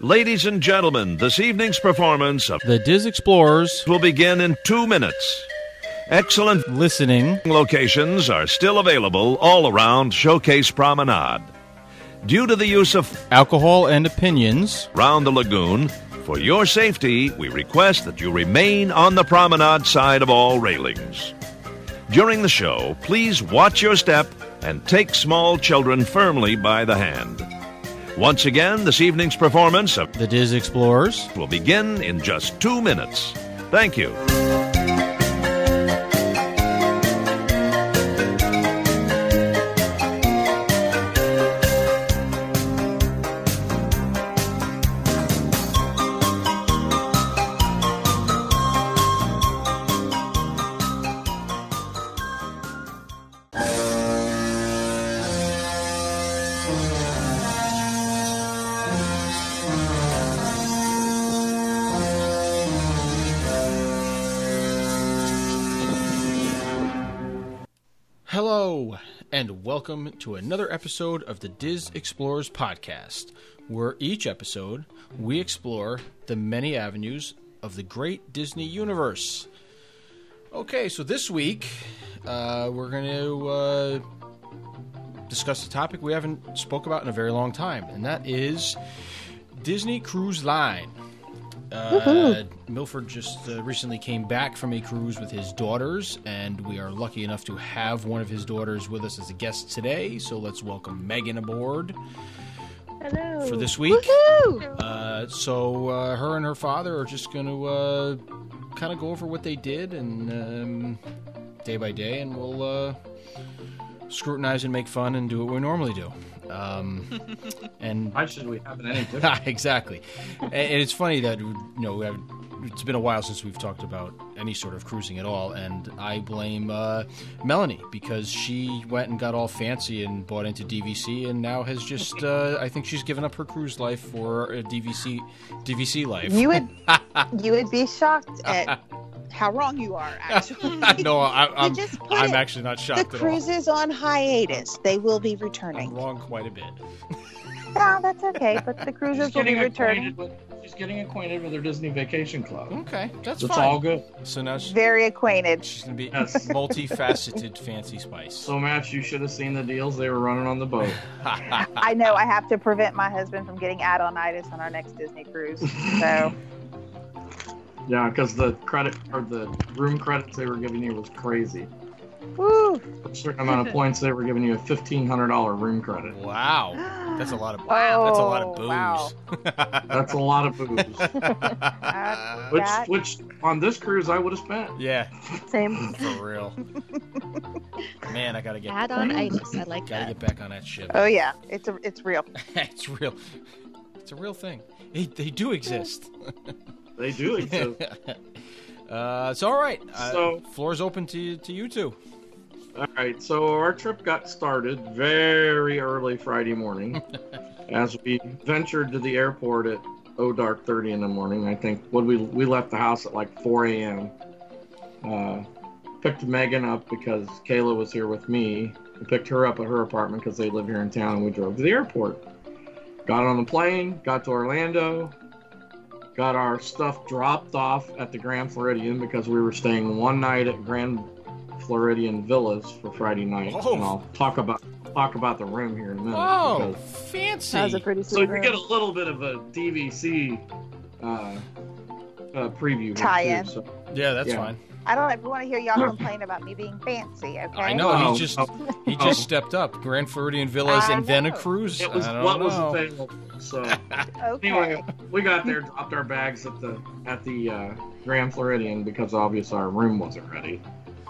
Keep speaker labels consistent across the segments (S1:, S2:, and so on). S1: Ladies and gentlemen, this evening's performance of
S2: The Diz Explorers
S1: will begin in two minutes. Excellent
S2: listening.
S1: locations are still available all around Showcase Promenade. Due to the use of
S2: Alcohol and opinions.
S1: round the lagoon, for your safety, we request that you remain on the promenade side of all railings. During the show, please watch your step and take small children firmly by the hand. Once again, this evening's performance of
S2: The Diz Explorers.
S1: will begin in just two minutes. Thank you.
S2: Hello, and welcome to another episode of the Diz Explorers podcast, where each episode we explore the many avenues of the great Disney universe. Okay, so this week uh, we're going to uh, discuss a topic we haven't spoke about in a very long time, and that is Disney Cruise Line. Uh, Milford just uh, recently came back from a cruise with his daughters, and we are lucky enough to have one of his daughters with us as a guest today. So let's welcome Megan aboard
S3: Hello.
S2: for this week.
S4: Woohoo!
S2: Uh, so uh, her and her father are just going to uh, kind of go over what they did and um, day by day, and we'll uh, scrutinize and make fun and do what we normally do. Um, and
S5: Why should we have it any different?
S2: Ah, exactly. And and it's funny that you know we have, it's been a while since we've talked about any sort of cruising at all, and I blame uh, Melanie because she went and got all fancy and bought into DVC, and now has just uh, I think she's given up her cruise life for uh, a DVC DVC life.
S4: You would you would be shocked at how wrong you are. Actually,
S2: no, I, I'm
S4: just put
S2: I'm
S4: it-
S2: actually not
S4: the
S2: shocked at all.
S4: cruise is on hiatus. They will be
S2: I'm
S4: returning.
S2: wrong quite a bit.
S4: No, that's okay. But the cruisers will be returning.
S5: acquainted with, she's getting acquainted with her Disney Vacation
S4: Hmm?
S5: Club.
S2: Okay, that's
S5: It's,
S2: fine.
S5: all good.
S2: So now she-
S4: Very acquainted.
S2: she's gonna be
S5: Yes.
S2: multifaceted fancy spice.
S5: So, Matt, you should have seen the deals they were running on the boat.
S4: I know I have to prevent my husband from getting adonitis on our next Disney cruise. So
S5: yeah, because the credit or the room credits they were giving you was crazy.
S4: woo.
S5: A certain amount of points they were giving you a fifteen hundred dollar room credit.
S2: wow. That's a lot of
S4: Wow.
S2: That's a lot of
S4: Oh, wow.
S5: That's a lot of booze.
S4: Uh,
S5: Which,
S4: That-
S5: which on this cruise I would have spent.
S2: yeah,
S3: Same.
S2: for real. Man, I gotta get
S3: Add on itis. I like
S2: gotta get
S3: that.
S2: back on that ship.
S5: Uh,
S4: Oh yeah, it's a, it's real.
S2: it's real. It's a real thing. They, they do exist.
S5: They do exist.
S2: uh, it's all right. Uh,
S5: So-
S2: floor's open to you, to you two.
S5: All right, so our trip got started very early Friday morning as we ventured to the airport at oh dark 30 in the morning. I think when we we left the house at like 4 a.m. Uh, picked Megan up because Kayla was here with me. We picked her up at her apartment because they live here in town, and we drove to the airport. Got on the plane, got to Orlando, got our stuff dropped off at the Grand Floridian because we were staying one night at Grand Floridian Villas for Friday night.
S2: Oh.
S5: And I'll talk about talk about the room here in a minute.
S2: Oh,
S5: because-
S2: fancy.
S4: That was a pretty
S5: so
S4: sweet
S5: you get a
S4: room.
S5: little bit of a DVC uh, uh, preview here, too,
S4: Tie-in.
S5: so-
S2: yeah, that's
S5: yeah.
S2: fine.
S4: I don't ever want to hear y'all complain about me being fancy. Okay.
S2: I know.
S5: Oh,
S2: he just
S5: oh,
S2: he
S5: oh.
S2: just stepped up. Grand Floridian Villas
S4: I
S2: and then a
S4: know.
S2: cruise.
S5: It was
S2: I don't
S5: what was
S2: know.
S5: available. So
S4: Okay.
S5: anyway, we got there, dropped our bags at the at the uh, Grand Floridian because obviously our room wasn't ready.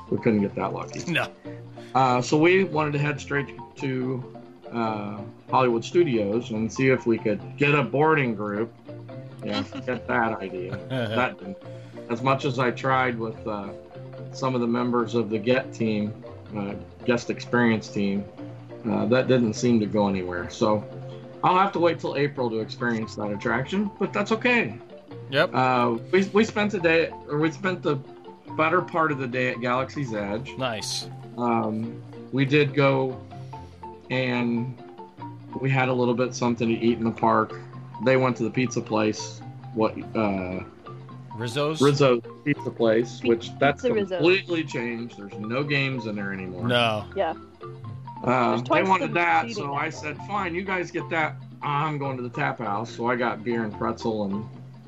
S5: We couldn't get that lucky.
S2: No.
S5: Uh, so we wanted to head straight to uh, Hollywood Studios and see if we could get a boarding group. Yeah, get that idea.
S2: Uh-huh.
S5: That didn't- as much as I tried with uh, some of the members of the Get team, uh, guest experience team, uh, that didn't seem to go anywhere. So I'll have to wait till April to experience that attraction, but that's okay.
S2: yep.
S5: Uh, we, we spent the day, or we spent the better part of the day at Galaxy's Edge.
S2: Nice.
S5: Um, we did go and we had a little bit something to eat in the park. they went to the pizza place. What uh,
S2: Rizzo's?
S5: Rizzo's pizza place,
S3: Pi-
S5: which that's
S3: Pizza Rizzo's.
S5: completely changed. There's no games in there anymore.
S2: No.
S3: Yeah.
S5: Uh,
S3: There's
S5: they
S3: twice the
S5: wanted that,
S3: seating
S5: so
S3: now.
S5: I said, "Fine, you guys get that. I'm going to the tap house." So I got beer and pretzel and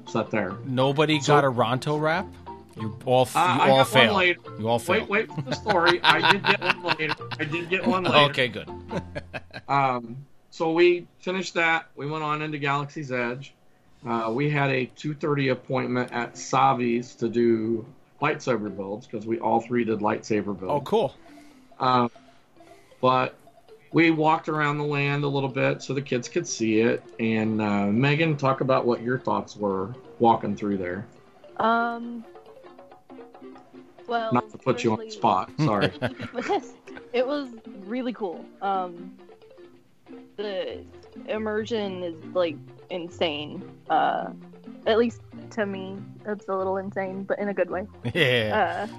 S5: sat there.
S2: Nobody
S5: So-
S2: got a Ronto wrap? You all, f-
S5: Uh,
S2: you, all
S5: I got one
S2: failed.
S5: later.
S2: you all failed.
S5: Wait, wait for the story. I did get one later. I did get one later.
S2: Okay, good.
S5: Um, so we finished that. We went on into Galaxy's Edge. Uh, we had a 2:30 appointment at Savi's to do lightsaber builds because we all three did lightsaber
S2: Oh,
S5: builds.
S2: cool.
S5: Um, but we walked around the land a little bit so the kids could see it. And uh, Megan, talk about what your thoughts were walking through there.
S3: Um. Well,
S5: Mm. Not to put you on the
S3: firstly-
S5: spot. Sorry.
S3: it was really cool. Um, the immersion is like insane. Uh, at least to me, it's a little insane, but in a good way.
S2: Yeah.
S3: Uh,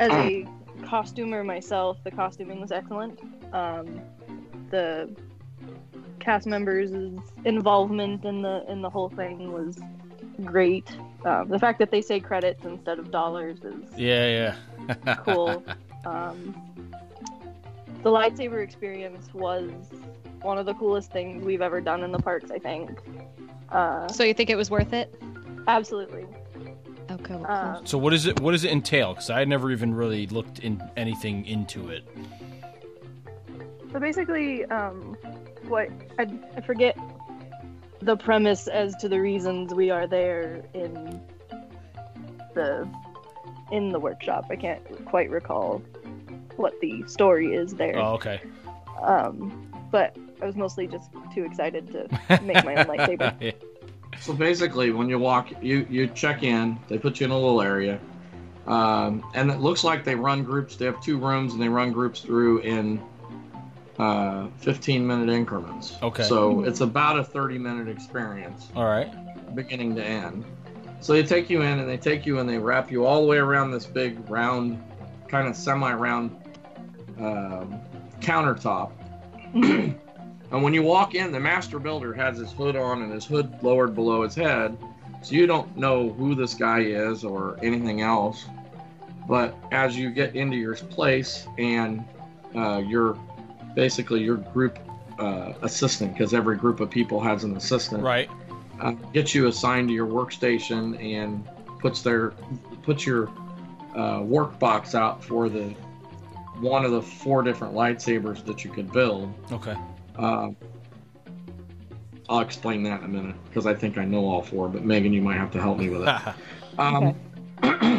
S3: as a costumer myself, the costuming was excellent. Um, the cast members' involvement in the in the whole thing was great. Um, the fact that they say credits instead of dollars is
S2: yeah, yeah.
S3: Oh. cool. um, the lightsaber experience was one of the coolest things we've ever done in the parks. I think. Uh,
S6: So you think it was worth it?
S3: absolutely.
S6: Okay. Well, cool.
S7: Uh,
S3: Um,
S2: So what is it? What does it entail? Because I never even really looked in anything into it.
S3: So basically, um, what I, I forget the premise as to the reasons we are there in the in the workshop. I can't quite recall what the story is there.
S2: Oh, okay.
S3: Um, but I was mostly just too excited to make my own lightsaber.
S2: Yeah.
S5: So basically, when you walk, you you check in. They put you in a little area, um, and it looks like they run groups. They have two rooms, and they run groups through in uh, 15 minute increments.
S2: Okay.
S5: So it's about a 30 minute experience,
S2: All right.
S5: beginning to end. So they take you in, and they take you, and they wrap you all the way around this big round, kind of semi-round um, countertop. And when you walk in, the master builder has his hood on and his hood lowered below his head, so you don't know who this guy is or anything else. But as you get into your place and uh, you're basically your group uh, assistant, because every group of people has an assistant,
S2: Right.
S5: uh, gets you assigned to your workstation and puts their puts your uh, work box out for the one of the four different lightsabers that you could build.
S2: Okay.
S5: Um, I'll explain that in a minute because I think I know all four, but Megan, you might have to help me with it. Um,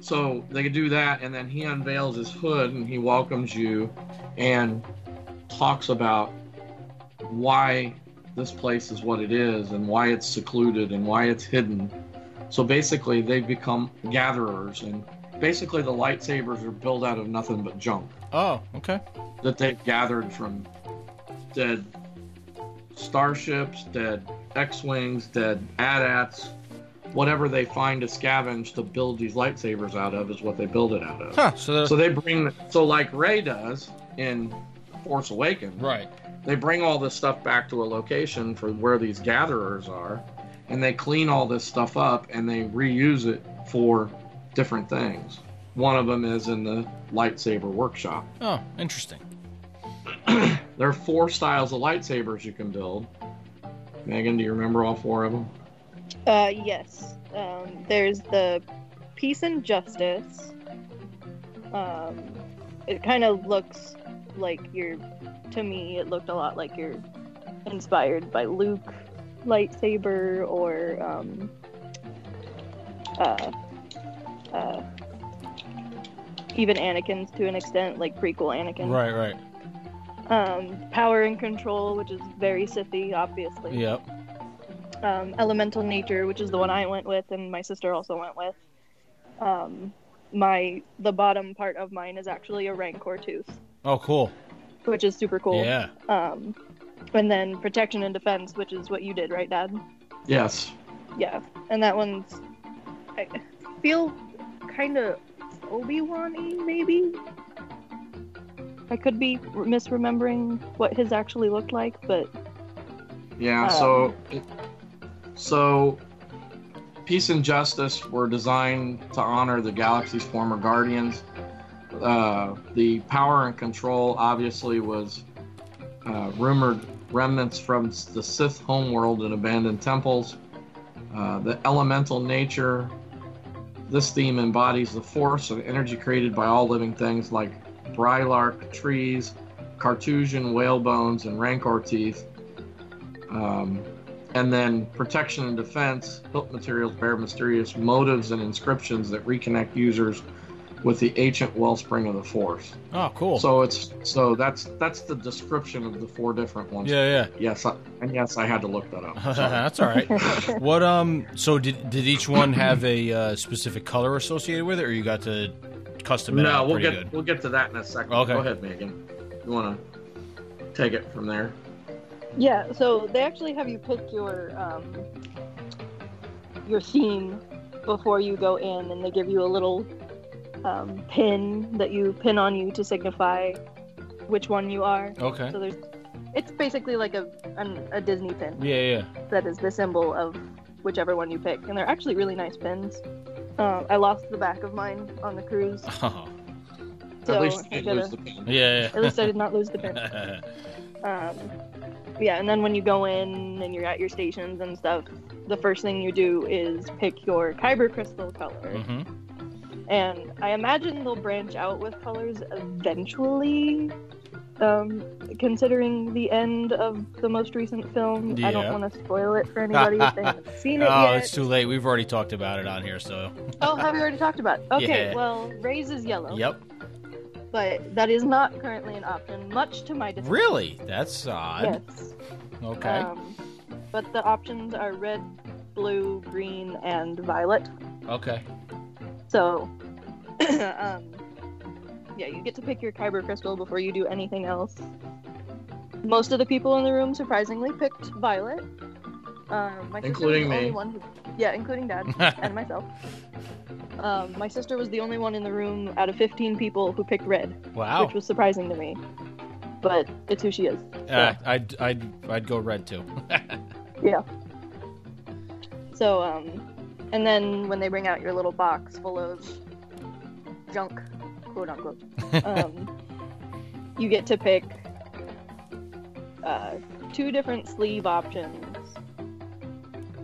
S5: so they do that, and then he unveils his hood and he welcomes you and talks about why this place is what it is and why it's secluded and why it's hidden. So basically, they become gatherers, and basically, the lightsabers are built out of nothing but junk
S2: oh, okay.
S5: that they've gathered from dead starships, dead X-wings, dead AT-ATs, whatever they find to scavenge to build these lightsabers out of is what they build it out of.
S2: Huh. So, the,
S5: So they bring, so like Ray does in Force Awakens,
S2: right.
S5: they bring all this stuff back to a location for where these gatherers are, and they clean all this stuff up and they reuse it for different things. One of them is in the lightsaber workshop
S2: Oh, interesting.
S5: there are four styles of lightsabers you can build. Megan, do you remember all four of them?
S3: Uh, yes. Um, there's the peace and justice. Um, it kind of looks like your, to me, it looked a lot like you're inspired by Luke lightsaber or um, uh, uh, even Anakin's to an extent, like prequel Anakin.
S2: Right. Right.
S3: Um, power and control, which is very Sithy, obviously
S2: Yep.
S3: um, elemental nature, which is the one I went with, and my sister also went with. Um, my the bottom part of mine is actually a rancor tooth,
S2: Oh, cool.
S3: which is super cool.
S2: Yeah.
S3: Um, and then protection and defense, which is what you did, right, Dad?
S5: Yes.
S3: Yeah, and that one's I feel kind of Obi Wan y maybe. I could be misremembering what his actually looked like, but
S5: Yeah, so it, so Peace and Justice were designed to honor the galaxy's former guardians. Uh, the power and control obviously was uh, rumored remnants from s- the Sith homeworld and abandoned temples. Uh, the elemental nature. This theme embodies the force and energy created by all living things like brylark trees, cartousian whale bones, and rancor teeth. Um, and then protection and defense. Hilt materials bear mysterious motives and inscriptions that reconnect users with the ancient wellspring of the Force.
S2: Oh, cool.
S5: So it's so that's that's the description of the four different ones.
S2: yeah,
S5: Yes, I, and yes, I had to look that up.
S2: yeah.
S5: Sorry.
S2: That's all right. What um? So did did each one have a uh, specific color associated with it, or you got to custom it
S5: no,
S2: out
S5: we'll
S2: pretty
S5: get
S2: good?
S5: we'll get to that in a second.
S2: Okay.
S5: Go ahead, Megan. You want to take it from there?
S3: Yeah, so they actually have you pick your um, your theme before you go in, and they give you a little um, pin that you pin on you to signify which one you are.
S2: Okay.
S3: So there's, it's basically like a an, a Disney pin
S2: Yeah, yeah.
S3: that is the symbol of whichever one you pick, and they're actually really nice pins. Uh, I lost the back of mine on the cruise,
S2: Oh,
S3: so
S5: At least
S3: I
S5: you didn't
S3: gotta-
S5: lose the pin.
S2: yeah.
S3: at least I did not lose the pin.
S2: yeah.
S3: Um, yeah, and then when you go in and you're at your stations and stuff, the first thing you do is pick your kyber crystal color.
S2: hmm
S3: And I imagine they'll branch out with colors eventually, um, considering the end of the most recent film. I
S2: Yeah.
S3: don't want to spoil it for anybody if they haven't seen it
S2: Oh,
S3: yet.
S2: it's too late. We've already talked about it on here, so
S3: Oh, have you already talked about it? Okay,
S2: Yeah.
S3: well, Ray's is yellow,
S2: yep.
S3: but that is not currently an option, much to my dismay.
S2: Really? That's odd.
S3: Yes.
S2: Okay.
S3: Um, but the options are red, blue, green, and violet.
S2: okay.
S3: So, um, yeah, you get to pick your kyber crystal before you do anything else. Most of the people in the room surprisingly picked violet. Um, my sister was
S5: Including
S3: the
S5: me.
S3: only one who- yeah, including dad and myself. Um, my sister was the only one in the room out of 15 people who picked red,
S2: wow.
S3: which was surprising to me. But it's who she is.
S2: Uh, I'd, I'd I'd go red too.
S3: So, um, and then when they bring out your little box full of junk, quote unquote, um, you get to pick uh, two different sleeve options.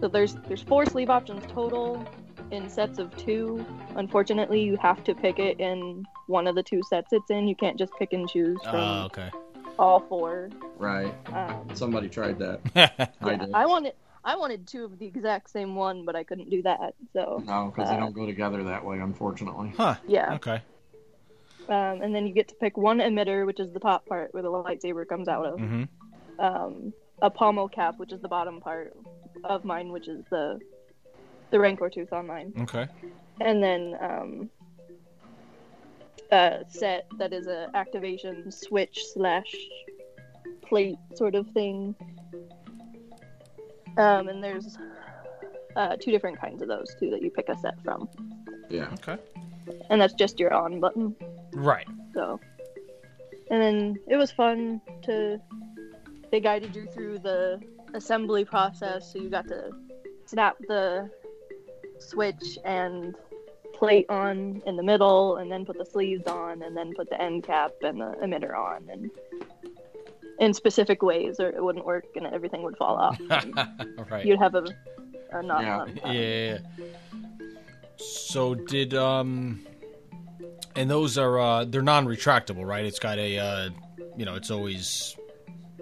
S3: So there's there's four sleeve options total in sets of two. Unfortunately, you have to pick it in one of the two sets it's in. You can't just pick and choose from
S2: Oh, okay.
S3: all four.
S5: Right.
S3: Um,
S5: Somebody tried that. I
S3: yeah,
S5: did.
S3: I wanted I wanted two of the exact same one, but I couldn't do that. So
S5: No, because they
S3: Uh,
S5: don't go together that way, unfortunately.
S2: huh.
S3: yeah.
S2: Okay.
S3: um, and then you get to pick one emitter, which is the top part where the lightsaber comes out of,
S2: hmm
S3: um, a pommel cap, which is the bottom part of mine, which is the the rancor tooth on mine,
S2: Okay.
S3: and then um, a set that is a activation switch slash plate sort of thing. Um, and there's uh, two different kinds of those too that you pick a set from,
S5: Yeah.
S2: Okay.
S3: and that's just your on button.
S2: Right.
S3: So, and then it was fun to. They guided you through the assembly process, so you got to snap the switch and plate on in the middle, and then put the sleeves on, and then put the end cap and the emitter on, and in specific ways, or it wouldn't work, and everything would fall off.
S2: right.
S3: You'd have a, a not.
S5: Yeah.
S3: on top.
S2: Yeah. So did um, and those are uh, they're non-retractable, right? It's got a uh, you know, it's always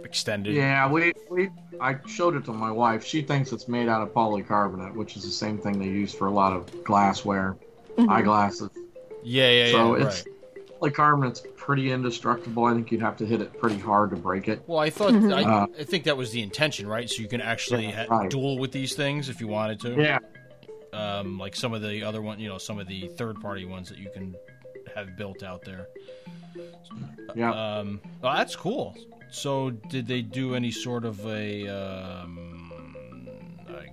S2: extended.
S5: Yeah, we, we I showed it to my wife. She thinks it's made out of polycarbonate, which is the same thing they use for a lot of glassware,
S3: Mhm.
S5: eyeglasses.
S2: Yeah. Yeah. yeah,
S5: so
S2: right.
S5: it's polycarbonate's pretty indestructible. I think you'd have to hit it pretty hard to break it.
S2: Well, I thought
S3: Mhm.
S2: I,
S5: Uh,
S2: I think that was the intention, right? So you can actually
S5: Yeah,
S2: ha-
S5: right.
S2: duel with these things if you wanted to.
S5: Yeah,
S2: Um, like some of the other one, you know, some of the third-party ones that you can have built out there.
S5: yeah.
S2: Um, oh, that's cool. So, did they do any sort of a? Um, I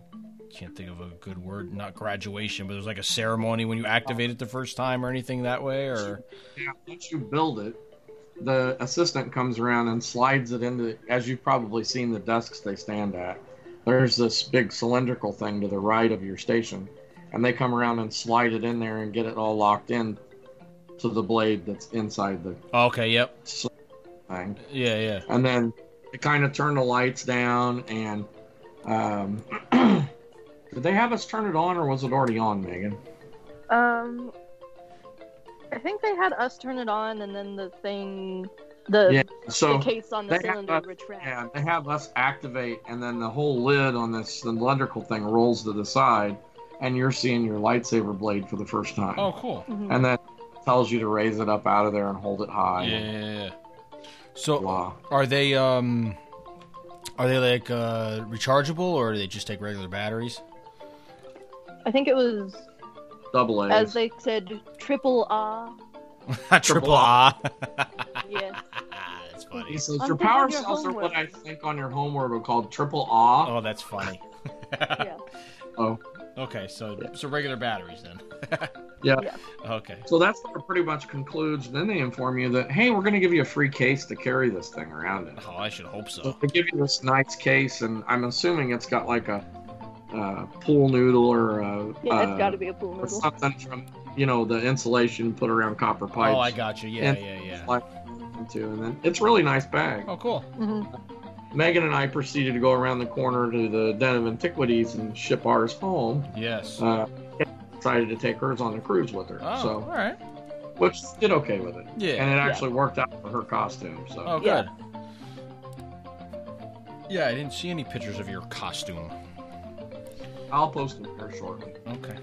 S2: can't think of a good word. Not graduation, but there's like a ceremony when you activate it the first time, or anything that way, or
S5: yeah. Once you build it, the assistant comes around and slides it into, as you've probably seen the desks they stand at. There's this big cylindrical thing to the right of your station, and they come around and slide it in there and get it all locked in to the blade that's inside the
S2: Oh, Okay, yep.
S5: thing.
S2: Yeah, yeah.
S5: And then they kind of turn the lights down and. Um, did they have us turn it on or was it already on, Megan?
S3: Um, I think they had us turn it on, and then the thing, the,
S5: Yeah, So.
S3: the case on the
S5: they had
S3: cylinder
S5: us-
S3: retracts.
S5: Yeah, they have us activate, and then the whole lid on this cylindrical thing rolls to the side, and you're seeing your lightsaber blade for the first time.
S2: Oh, cool.
S3: Mhm.
S5: And that tells you to raise it up out of there and hold it
S2: Yeah,
S5: high.
S2: yeah, yeah. So,
S5: Blah.
S2: are they um, are they like uh, rechargeable, or do they just take regular batteries?
S3: I think it was,
S5: Double A.
S3: as they said, triple R.
S2: Triple R.
S3: Yes.
S2: that's funny.
S5: he says,
S3: I'm
S5: your
S3: gonna
S5: power
S3: have your
S5: cells are what I
S3: homework."
S5: think on your homeworld are called triple aw.
S2: Oh, that's funny.
S3: yeah.
S5: Oh.
S2: Okay, so so regular batteries then.
S5: Yeah.
S3: Yeah.
S2: Okay.
S5: So that's what it pretty much concludes. Then they inform you that, hey, we're going to give you a free case to carry this thing around in.
S2: Oh, I should hope
S5: So
S2: so.
S5: they give you this nice case, and I'm assuming it's got like a uh, pool noodle or a,
S3: Yeah,
S5: uh,
S3: it's got to be a pool
S5: or
S3: noodle.
S5: something from you know the insulation put around copper pipes.
S2: Oh, I got you. Yeah,
S5: And-
S2: yeah, yeah.
S5: Like, into, and then it's a really nice bag.
S2: Oh, cool.
S3: Mhm.
S5: Megan and I proceeded to go around the corner to the den of antiquities and ship ours home.
S2: Yes. Oh,
S5: Uh, decided to take hers on the cruise with her,
S2: all
S5: so
S2: right.
S5: which did okay with it,
S2: Oh, Yeah.
S5: and it actually worked out for her costume. So
S2: Oh,
S3: Yeah.
S2: good. Yeah, I didn't see any pictures of your costume.
S5: I'll post them here shortly.
S2: Okay.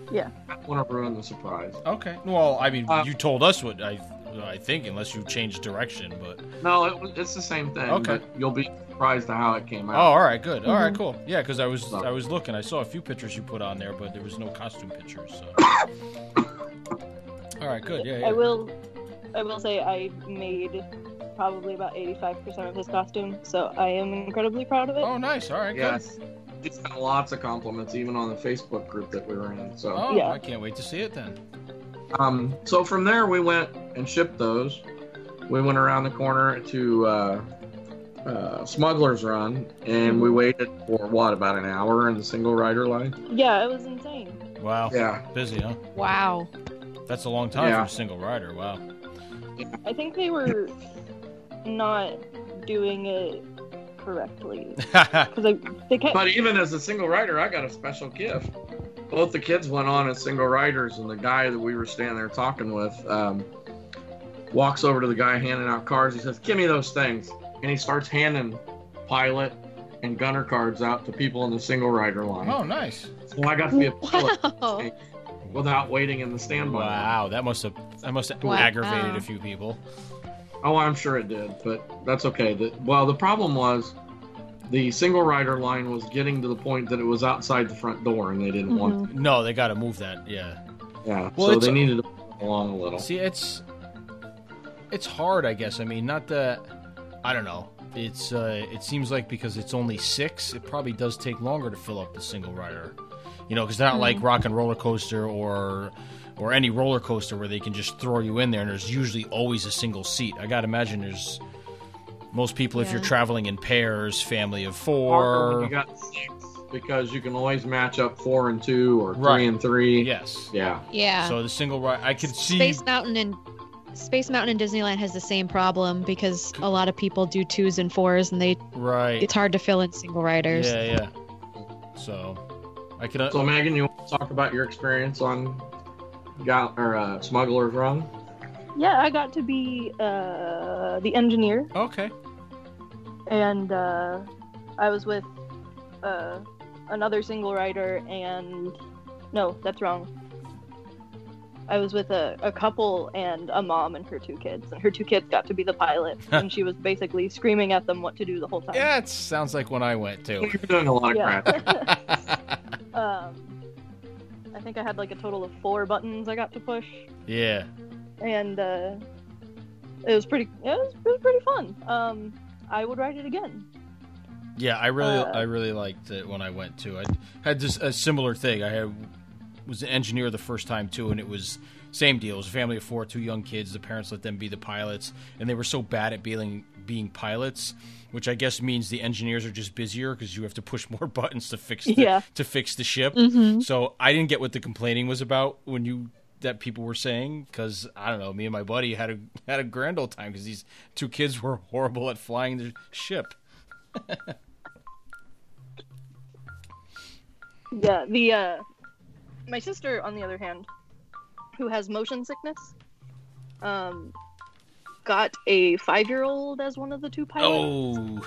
S5: I don't want to ruin the surprise.
S2: Okay. Well, I mean,
S5: Uh,
S2: you told us what I I think, unless you changed direction. But
S5: No, it, was- it's the same thing.
S2: Okay.
S5: but you'll be surprised at how it came
S2: oh,
S5: out.
S2: all right, good. All
S5: Mm-hmm.
S2: right, cool. Yeah, because I was
S5: So-
S2: I was looking. I saw a few pictures you put on there, but there was no costume pictures. So. all right, good. Yeah, yeah.
S3: I will, I will say I made probably about 85% of his costume, so I am incredibly proud of it.
S2: Oh, nice. All right, good.
S5: yes, it's got lots of compliments, even on the Facebook group that we were in. So
S2: Oh,
S3: Yeah.
S2: I can't wait to see it then.
S5: Um, so from there, we went and shipped those. We went around the corner to uh, uh, Smuggler's Run, and we waited for what about an hour in the single rider line?
S3: Yeah, it was insane.
S2: Wow.
S5: Yeah,
S2: Busy, huh?
S6: Wow.
S2: That's a long time
S5: Yeah.
S2: for a single rider. Wow.
S3: I think they were not doing it correctly. Because like, they kept
S5: but even as a single rider, I got a special gift. Both the kids went on as single riders, and the guy that we were standing there talking with um, walks over to the guy handing out cards. He says, "Give me those things," and he starts handing pilot and gunner cards out to people in the single rider line.
S2: oh, nice.
S5: So I got to be a pilot.
S6: Wow.
S5: without waiting in the standby.
S2: Wow, that must have that must have
S6: Wow.
S2: aggravated a few people.
S5: Oh, I'm sure it did, but that's okay. The, well, the problem was the single rider line was getting to the point that it was outside the front door and they didn't want
S2: No, they got to move that. Yeah.
S5: yeah.
S2: Well,
S5: so
S2: it's-
S5: they needed to pull along a little.
S2: See, it's it's hard, I guess. I mean, not that I don't know. It's uh, it seems like because it's only six, it probably does take longer to fill up the single rider. You know, because not
S6: Hmm.
S2: like Rock and Roller Coaster or or any roller coaster where they can just throw you in there, and there's usually always a single seat. I gotta imagine there's most people if you're
S6: Yeah.
S2: traveling in pairs, family of
S5: Harder
S2: four.
S5: when you got six because you can always match up four and two or
S2: Right.
S5: three and three.
S2: yes.
S5: Yeah.
S6: Yeah.
S2: So the single ride, I could see.
S6: Space Mountain and Space Mountain and Disneyland has the same problem because a lot of people do twos and fours, and they
S2: Right.
S6: it's hard to fill in single riders.
S2: Yeah, yeah. So, I could. uh,
S5: So Megan, you want to talk about your experience on Gal or uh, Smuggler's Run?
S3: Yeah, I got to be uh, the engineer,
S2: okay.
S3: and uh, I was with uh, another single rider, and no, that's wrong. I was with a, a couple and a mom and her two kids, and her two kids got to be the pilot, and she was basically screaming at them what to do the whole time.
S2: Yeah, it sounds like when I went
S5: You're
S2: too.
S5: doing a lot of
S3: Yeah.
S5: crap.
S3: Um, I think I had like a total of four buttons I got to push,
S2: yeah.
S3: and uh, it was pretty. It was, it was pretty fun. Um, I would ride it again.
S2: Yeah, I really,
S3: Uh,
S2: I really liked it when I went too. I had this a similar thing. I had, was an engineer the first time too, and it was Same deal. It was a family of four, two young kids. The parents let them be the pilots, and they were so bad at being being pilots, which I guess means the engineers are just busier because you have to push more buttons to fix the,
S3: Yeah.
S2: to fix the ship.
S6: Mm-hmm.
S2: So I didn't get what the complaining was about when you that people were saying because I don't know. Me and my buddy had a had a grand old time because these two kids were horrible at flying the ship.
S3: Yeah, the uh my sister on the other hand, who has motion sickness, um got a 5-year-old as one of the two pilots
S2: Oh,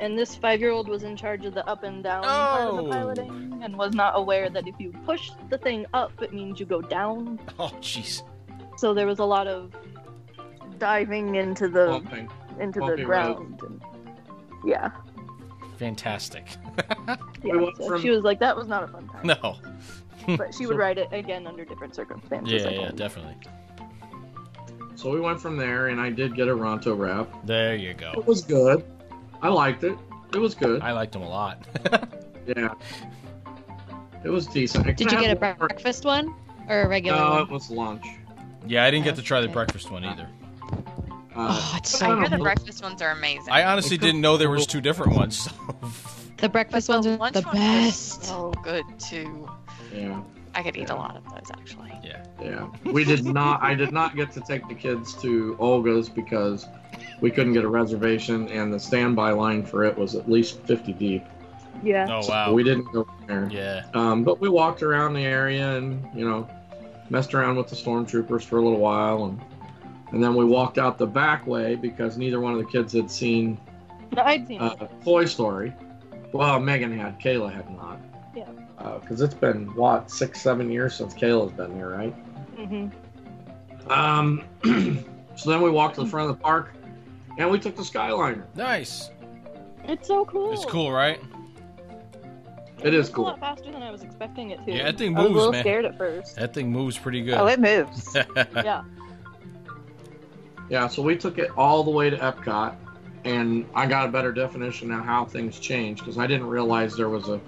S3: and this 5-year-old was in charge of the up and down part of
S2: Oh.
S3: the piloting and was not aware that if you push the thing up it means you go down.
S2: oh, jeez.
S3: So there was a lot of diving into the
S5: Bumping.
S3: into
S5: bumpy
S3: the ground and yeah.
S2: Fantastic.
S3: Yeah,
S5: went
S3: so
S5: from-
S3: she was like, "That was not a fun time,"
S2: No.
S3: but she would write it again under different circumstances.
S2: Yeah,
S3: I
S2: yeah,
S3: think.
S2: definitely.
S5: So we went from there, and I did get a Ronto wrap.
S2: There you go.
S5: It was good. I liked it. It was good.
S2: Oh. I liked them a lot.
S5: Yeah. It was decent. I
S6: Did you
S5: could've
S6: get a
S5: had more-
S6: breakfast one or a regular
S5: No,
S6: one?
S5: it was lunch.
S2: yeah, I didn't get to try the
S6: Okay.
S2: breakfast one either.
S5: Uh,
S6: Oh, it's
S5: I
S6: so
S5: don't
S6: good.
S5: know.
S7: the breakfast ones are amazing.
S2: I honestly didn't know there was two different ones. so-
S6: The breakfast ones are
S7: lunch
S6: the
S7: ones are
S6: best.
S7: so good too.
S2: Oh.
S5: yeah,
S7: I could eat a lot of those actually.
S5: yeah. We did not. I did not get to take the kids to Olga's because we couldn't get a reservation, and the standby line for it was at least 50 deep.
S3: Yeah.
S2: Oh
S5: So
S2: wow.
S5: we didn't go there.
S2: Yeah.
S5: Um, but we walked around the area and you know messed around with the stormtroopers for a little while, and and then we walked out the back way because neither one of the kids had seen
S3: No, I'd seen
S5: uh,
S3: it.
S5: Toy Story. Well, Megan had, Kayla had not.
S3: Yeah.
S5: Because it's been what six, seven years since Kayla's been there, right?
S3: hmm
S5: Um. so then we walked to the front of the park, and we took the Skyliner.
S2: Nice.
S3: It's so cool.
S2: It's cool, right?
S5: It is
S3: A
S5: cool.
S3: lot faster than I was expecting it to.
S2: Yeah, that thing
S3: I was
S2: moves,
S3: a little
S2: man.
S3: scared at first.
S2: That thing moves pretty good.
S4: Oh, it moves.
S3: yeah.
S5: Yeah. So we took it all the way to Epcot, and I got a better definition of how things change because I didn't realize there was a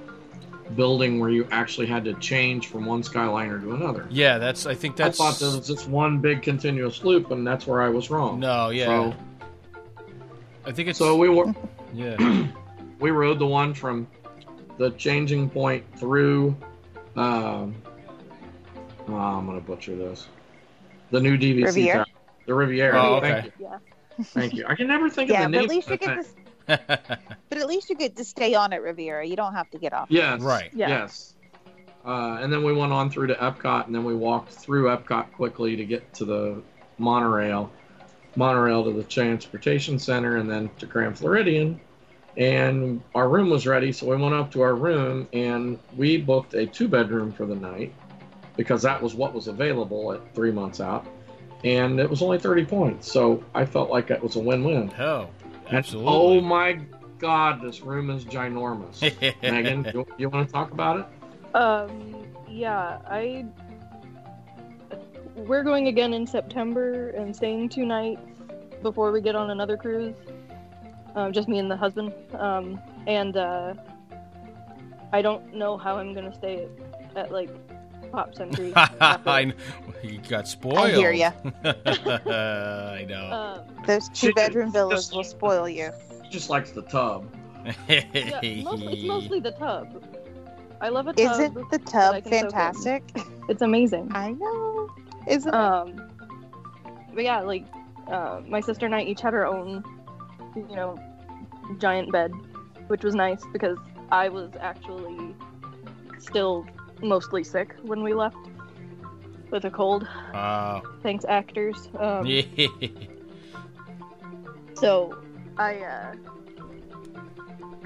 S5: building where you actually had to change from one Skyliner to another.
S2: yeah, that's. I think that's.
S5: I thought there was just one big continuous loop, and that's where I was wrong.
S2: No, yeah.
S5: So,
S2: I think it's.
S5: so we were.
S2: yeah.
S5: we rode the one from the changing point through um oh, i'm gonna butcher this the new dvc
S4: Riviera?
S5: tower. the riviera
S2: Oh,
S5: thank
S2: okay.
S5: you
S3: Yeah.
S5: thank you i can never think
S4: yeah,
S5: of the
S4: but
S5: name
S4: at least
S5: of
S4: you
S5: that
S4: get
S5: thing.
S4: to. But at least you get to stay on at Riviera. You don't have to get off.
S5: yes
S2: Right.
S3: Yeah.
S5: yes uh, and then we went on through to epcot and then we walked through epcot quickly to get to the monorail monorail to the transportation center and then to grand floridian and our room was ready so we went up to our room and we booked a two bedroom for the night because that was what was available at three months out and it was only 30 points so i felt like it was a win-win
S2: Hell.
S5: And, oh
S2: Absolutely.
S5: my god this room is ginormous megan you, you want to talk about it
S3: Um. Yeah. I. We're going again in September and staying two nights before we get on another cruise. Um, just me and the husband. Um, and uh, I don't know how I'm gonna stay at, at like Pop Century. after.
S2: I kn- you got spoiled.
S4: I hear ya. Oh,
S2: I know.
S3: Um,
S4: Those two bedroom villas will spoil you.
S5: She just likes the tub
S3: yeah, mostly, it's mostly the tub. I love a tub.
S4: Isn't the
S3: Oh, I
S4: tub
S3: can soak in.
S4: fantastic?
S3: It's amazing.
S4: I know. Isn't it?
S3: Um, but yeah, like uh, my sister and I each had our own, you know, giant bed, which was nice because I was actually still mostly sick when we left with a cold.
S2: Uh,
S3: Thanks, actors. Um,
S2: yeah.
S3: So I uh,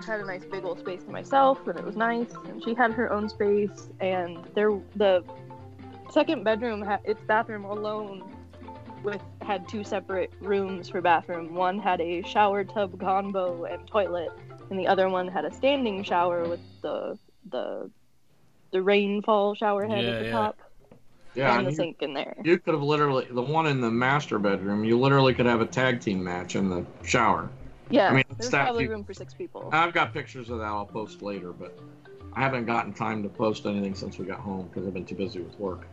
S3: had a nice big old space to myself, and it was nice. And she had her own space, and there the second bedroom, ha- its bathroom alone, with had two separate rooms for bathroom. One had a shower tub combo and toilet, and the other one had a standing shower with the the the rainfall shower head
S2: Yeah,
S3: at the
S2: yeah.
S3: top
S5: yeah
S3: and the
S5: and you-
S3: sink in there.
S5: You could have literally the one in the master bedroom. You literally could have a tag team match in the shower. I
S3: Yeah,
S5: mean, it's
S3: there's
S5: that Uh,
S3: probably
S5: huge.
S3: room for six people.
S5: I've got pictures of that. I'll post later, but I haven't gotten time to post anything since we got home because I've been too busy with work.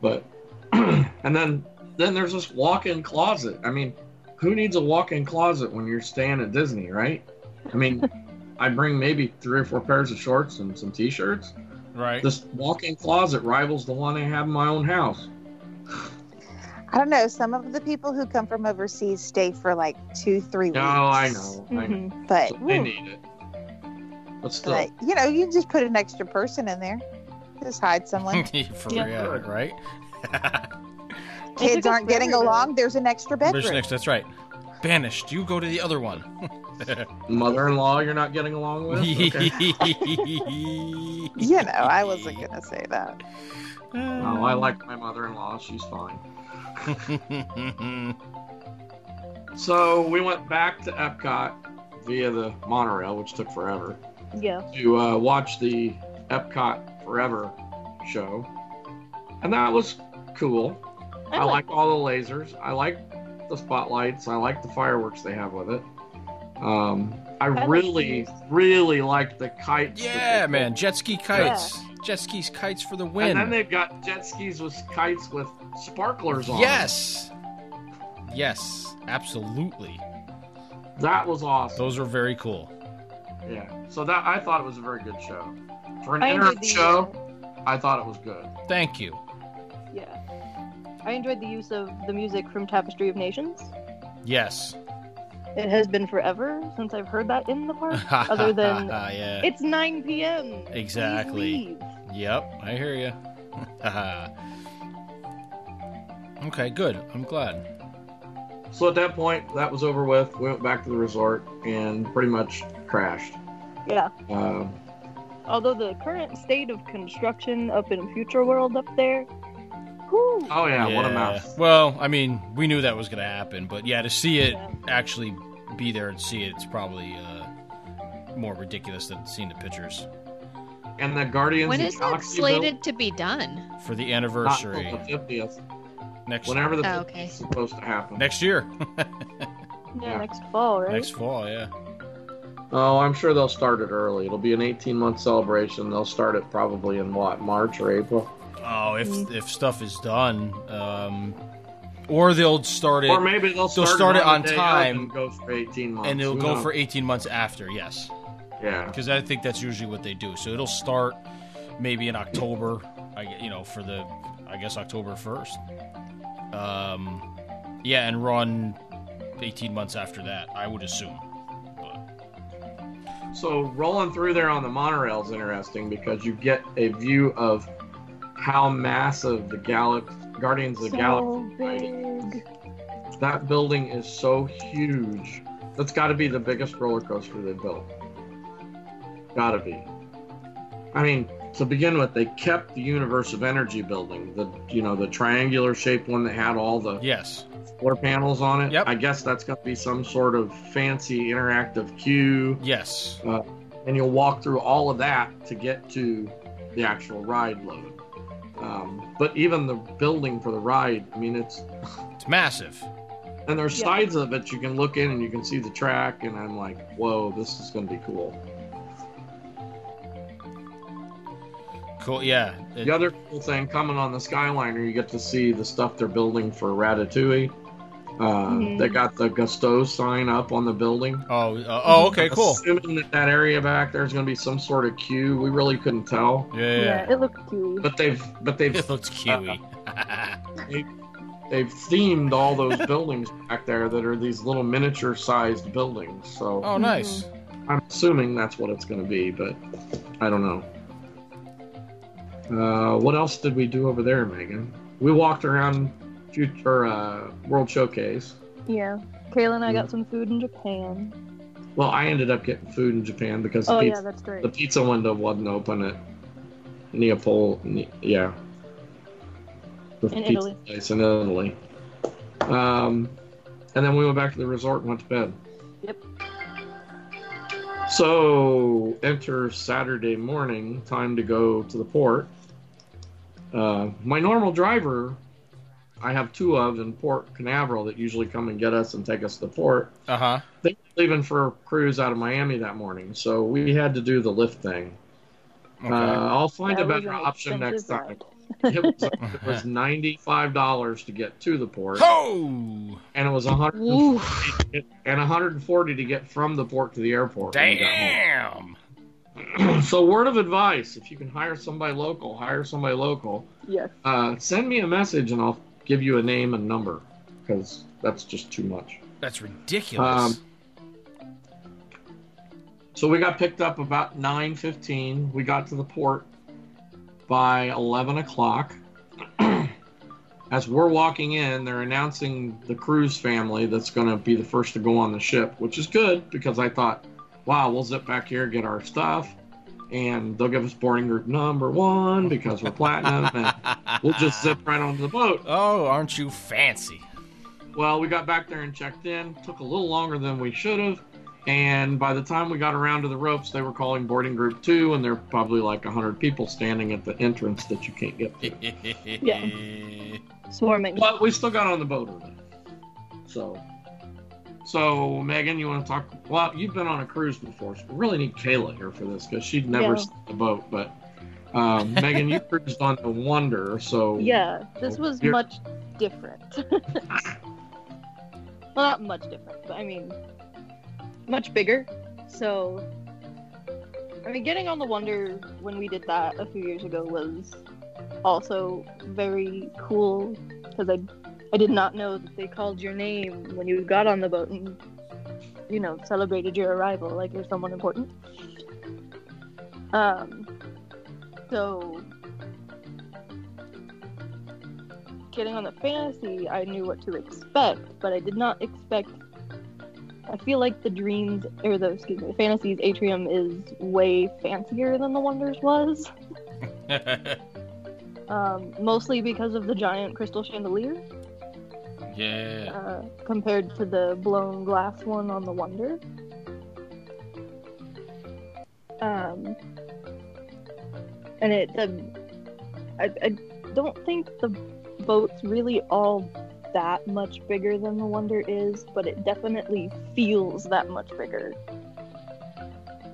S5: But and then then there's this walk-in closet. I mean, who needs a walk-in closet when you're staying at Disney, right? I mean, I bring maybe three or four pairs of shorts and some t-shirts.
S2: Right.
S5: This walk-in closet rivals the one I have in my own house.
S4: I don't know. Some of the people who come from overseas stay for like two, three weeks.
S5: No, Oh, I know. I know.
S3: Mhm.
S4: But,
S5: They need it. But still,
S4: but you know, you just put an extra person in there. Just hide someone.
S2: For
S3: Yeah.
S2: real, right?
S4: Kids aren't getting along. There's an extra
S2: There's
S4: bedroom.
S2: next- that's right. Banished. You go to the other one.
S5: mother-in-law you're not getting along with? Oh, Okay.
S4: You know, I wasn't gonna say that.
S5: no, Oh, I like my mother-in-law. She's fine. So we went back to Epcot via the monorail, which took forever,
S3: Yeah.
S5: to uh, watch the Epcot Forever show, and that was cool. I,
S3: I like
S5: like all the lasers. I like the spotlights. I like the fireworks they have with it. Um, I,
S3: like
S5: really,
S3: these.
S5: really like the kites. that
S2: yeah,
S5: they
S2: man.
S5: pull.
S2: Jet ski kites. Jet skis kites for the win.
S5: And then they've got jet skis with kites with sparklers on. them.
S2: yes. Yes. Absolutely.
S5: that was awesome.
S2: Those are very cool.
S5: Yeah. So that I thought it was a very good show. For an
S3: I
S5: interim
S3: enjoyed the
S5: show, I thought it was good.
S2: Thank you.
S3: Yeah. I enjoyed the use of the music from Tapestry of Nations.
S2: Yes.
S3: It has been forever since I've heard that in the park. other than
S2: yeah.
S3: it's 9 p.m. Please
S2: Exactly.
S3: leave."
S2: Yep, I hear you. okay, good. I'm glad.
S5: So at that point, that was over with. We went back to the resort and pretty much crashed.
S3: Yeah.
S5: Uh,
S3: Although the current state of construction up in Future World up there, whew,
S5: oh yeah, what a mess.
S2: Well, I mean, we knew that was going to happen, but yeah, to see it
S3: Yeah.
S2: actually be there and see it, it's probably uh, more ridiculous than seeing the pictures
S5: And the Guardians
S7: When
S5: of
S7: is
S5: the
S7: that
S5: Galaxy
S7: slated to be done?
S2: for the
S5: built- not till
S2: anniversary
S5: the 50th.
S2: next
S5: Whenever the
S7: Oh,
S5: 50th
S7: okay.
S5: is supposed to happen.
S2: next year,
S3: yeah,
S5: Yeah.
S3: next fall, right?
S2: next fall. Yeah,
S5: Oh, I'm sure they'll start it early. It'll be an 18 month celebration. They'll start it probably in what March or April,
S2: oh, if
S5: Mm-hmm.
S3: Mm.
S2: if stuff is done, um, or they'll start it
S5: or maybe they'll start,
S2: start it
S5: on,
S2: on
S5: the day of
S2: time,
S5: and go for 18 months,
S2: and it'll
S5: Who
S2: go
S5: knows?
S2: for 18 months after. Yes.
S5: yeah.
S2: because I think that's usually what they do. So it'll start maybe in October, I gue- you know for the I guess October first. Um, yeah, and run eighteen months after that, I would assume.
S5: So rolling through there on the monorail is interesting because you get a view of how massive the Galax Guardians of the
S3: so
S5: Galaxy.
S3: big.
S5: That building is so huge. That's got to be the biggest roller coaster they built. Got to be. I mean, to begin with, they kept the Universe of Energy building, the you know the triangular shaped one that had all the
S2: Yes,
S5: floor panels on it.
S2: Yep.
S5: I guess that's going to be some sort of fancy interactive queue
S2: yes,
S5: and you'll walk through all of that to get to the actual ride load. Um, but even the building for the ride, I mean, it's
S2: it's massive.
S5: and there's
S3: Yeah.
S5: sides of it you can look in and you can see the track, and I'm like, whoa, this is going to be cool.
S2: Cool, yeah. It-
S5: The other cool thing coming on the Skyliner, you get to see the stuff they're building for Ratatouille. Uh,
S3: Mhm.
S5: They got the Gusteau sign up on the building.
S2: oh, uh, oh, okay, cool.
S5: Assuming that that area back there's going to be some sort of queue, we really couldn't tell.
S2: Yeah,
S3: Yeah.
S2: yeah.
S3: it looked cute.
S5: But they've but they've
S2: it looks kiwi.
S5: Uh, they've themed all those buildings back there that are these little miniature sized buildings. So
S2: oh, nice.
S5: mm-hmm. I'm assuming that's what it's going to be, but I don't know. Uh, what else did we do over there, Megan? We walked around future uh, World Showcase.
S3: Yeah. Kayla and I
S2: Mm-hmm.
S3: got some food in Japan.
S5: Well, I ended up getting food in Japan because
S3: Oh
S5: the,
S3: yeah,
S5: pizza,
S3: that's great.
S5: the pizza window wasn't open at Neapol. Ne- yeah. The
S3: In
S5: pizza
S3: Italy.
S5: place in Italy. Um, and then we went back to the resort and went to bed.
S3: Yep.
S5: So enter Saturday morning, time to go to the port. Uh, my normal driver, I have two of in Port Canaveral that usually come and get us and take us to the port.
S2: Uh huh.
S5: They were leaving for a cruise out of Miami that morning, so we had to do the lift thing.
S2: Okay.
S5: Uh, I'll find
S3: That
S5: a
S3: was
S5: better
S3: an
S5: option next time.
S3: expensive ride.
S5: It was, it was ninety-five dollars to get to the port,
S2: Oh,
S5: and it was a hundred
S6: Ooh.
S5: and a hundred and forty to get from the port to the airport. when we got home.
S2: damn!
S5: so word of advice if you can hire somebody local hire somebody local
S3: Yes.
S5: uh, send me a message and i'll give you a name and number because that's just too much
S2: That's ridiculous.
S5: Um, so we got picked up about 9.15 we got to the port by 11 o'clock as we're walking in they're announcing the cruise family that's going to be the first to go on the ship which is good because i thought wow we'll zip back here get our stuff and they'll give us boarding group number one because we're platinum and we'll just zip right onto the boat
S2: Oh, aren't you fancy?
S5: well, we got back there and checked in. Took a little longer than we should have. And by the time we got around to the ropes, they were calling boarding group two, and there are probably like 100 people standing at the entrance that you can't get to.
S2: yeah.
S3: Swarming.
S5: But we still got on the boat early. So, so Megan, you want to talk? Well, you've been on a cruise before, so we really need Kayla here for this because she'd never
S3: Yeah.
S5: seen the boat. But um, Megan, you cruised on the Wonder, so
S3: Yeah, this was
S5: Here-
S3: much different. well, not much different, but I mean, much bigger. So, I mean, getting on the Wonder when we did that a few years ago was also very cool because I, I did not know that they called your name when you got on the boat and, you know, celebrated your arrival like you're someone important. Um, so getting on the fantasy, I knew what to expect, but I did not expect. I feel like the dreams or the excuse me, the fantasies atrium is way fancier than the wonders was, um, mostly because of the giant crystal chandelier
S2: yeah.
S3: uh, compared to the blown glass one on the Wonder. Um, and it, the, I, I don't think the boat's really all that much bigger than the Wonder is, but it definitely feels that much bigger.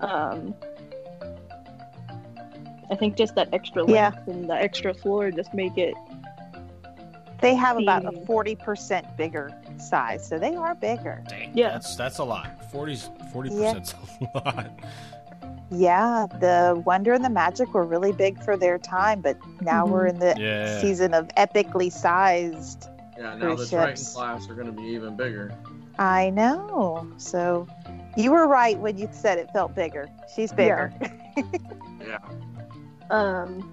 S3: Um, I think just that extra
S4: Yeah.
S3: length and the extra floor just make it
S4: They have about a
S3: Mm.
S4: 40% bigger size, so they are bigger.
S2: Dang,
S3: Yeah.
S2: That's that's a lot. 40's 40 percent's a lot.
S4: Yeah, the Wonder and the Magic were really big for their time, but now we're
S5: Mm-hmm.
S4: in the
S2: Yeah.
S4: season of epically sized.
S5: yeah. Now the
S4: Cruise
S5: Triton
S4: ships.
S5: class are going to be even bigger.
S4: I know. So you were right when you said it felt bigger. She's bigger.
S5: Yeah.
S3: um,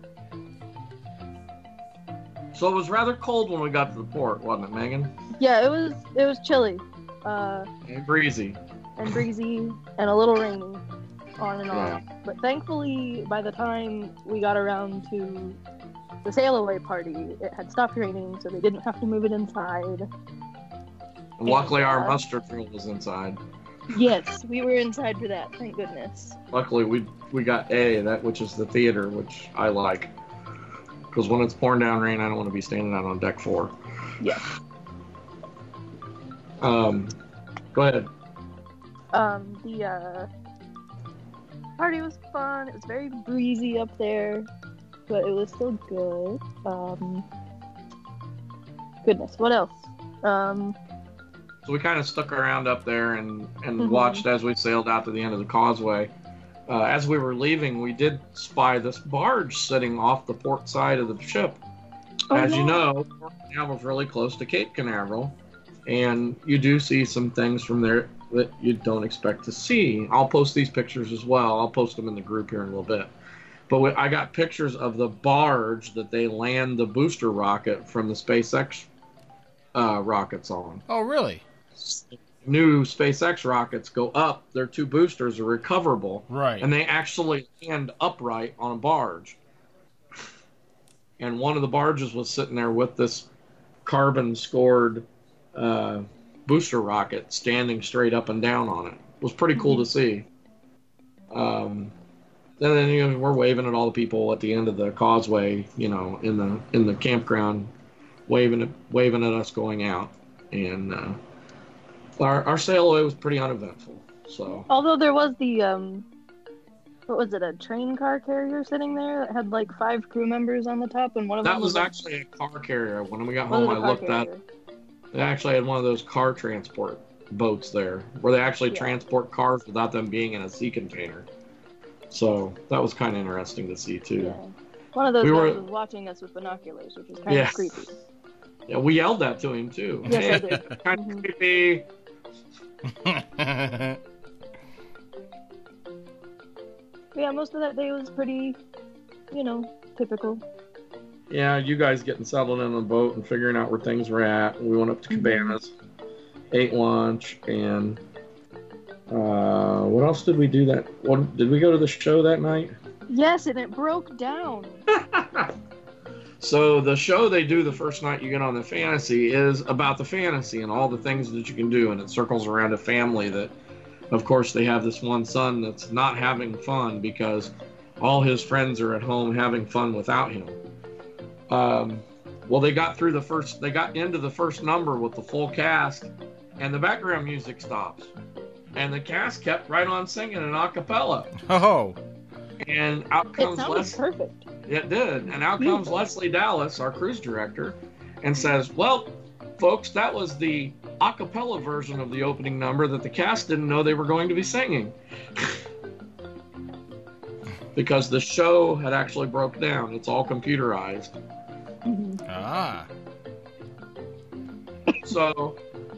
S5: So it was rather cold when we got to the port, wasn't it, Megan?
S3: yeah, it was it was chilly. Uh,
S5: And breezy.
S3: and breezy and a little rainy on and off. But thankfully, by the time we got around to the sail away party, it had stopped raining, so they didn't have to move it inside.
S5: And luckily, our
S3: Yeah.
S5: mustard drill was inside.
S3: Yes, we were inside for that, thank goodness.
S5: Luckily, we we got A, that which is the theater, which I like, because when it's pouring down rain, I don't want to be standing out on deck four.
S3: Yeah.
S5: Um, go ahead.
S3: Um, the uh, party was fun. It was very breezy up there, but it was still good. Um, goodness, what else? Um,
S5: So we kind of stuck around up there and, and
S3: Mhm.
S5: watched as we sailed out to the end of the causeway. Uh, as we were leaving, we did spy this barge sitting off the port side of the ship.
S3: Oh,
S5: as you
S3: yeah.
S5: know, Port Canaveral's really close to Cape Canaveral, and you do see some things from there that you don't expect to see. I'll post these pictures as well. I'll post them in the group here in a little bit. But we, I got pictures of the barge that they land the booster rocket from the SpaceX uh, rockets on
S2: Oh, really?
S5: new SpaceX rockets go up, their two boosters are recoverable,
S2: Right.
S5: and they actually land upright on a barge. And one of the barges was sitting there with this carbon scored uh, booster rocket standing straight up and down on it. It was pretty cool to see. Um, and then you know, we're waving at all the people at the end of the causeway, you know, in the in the campground, waving at, waving at us going out. And uh, our our sail away was pretty uneventful. So
S3: Although there was the um, what was it, a train car carrier sitting there that had like five crew members on the top, and one of
S5: That
S3: them
S5: was
S3: like-
S5: actually a car carrier. When we got
S3: one
S5: home,
S3: of
S5: I
S3: the car
S5: looked at.
S3: carrier.
S5: They actually had one of those car transport boats there, where they actually
S3: Yeah.
S5: transport cars without them being in a sea container. So that was kind of interesting to see too.
S3: Yeah. One of those
S5: We
S3: guys
S5: were-
S3: was watching us with binoculars, which was kind
S5: Yeah.
S3: of creepy.
S5: Yeah. we yelled that to him too.
S3: Yes, I did. Mm-hmm.
S5: kind of creepy.
S3: yeah, most of that day was pretty, you know, typical.
S5: Yeah, you guys getting settled in the boat and figuring out where things were at. We went up
S3: Mm-hmm.
S5: to Cabanas, ate lunch, and uh, what else did we do that? What did we go to the show that night?
S3: Yes, and it broke down.
S5: so the show they do the first night you get on the fantasy is about the fantasy and all the things that you can do and it circles around a family that of course they have this one son that's not having fun because all his friends are at home having fun without him um, well they got through the first they got into the first number with the full cast and the background music stops and the cast kept right on singing an a cappella
S2: oh,
S5: and out
S3: It
S5: comes
S3: sounded
S5: Leslie
S3: perfect.
S5: it did. And out comes
S3: Beautiful.
S5: Leslie Dallas, our cruise director, and says, Well, folks, that was the a cappella version of the opening number that the cast didn't know they were going to be singing. because the show had actually broke down. It's all computerized.
S3: Mm-hmm.
S2: ah,
S5: So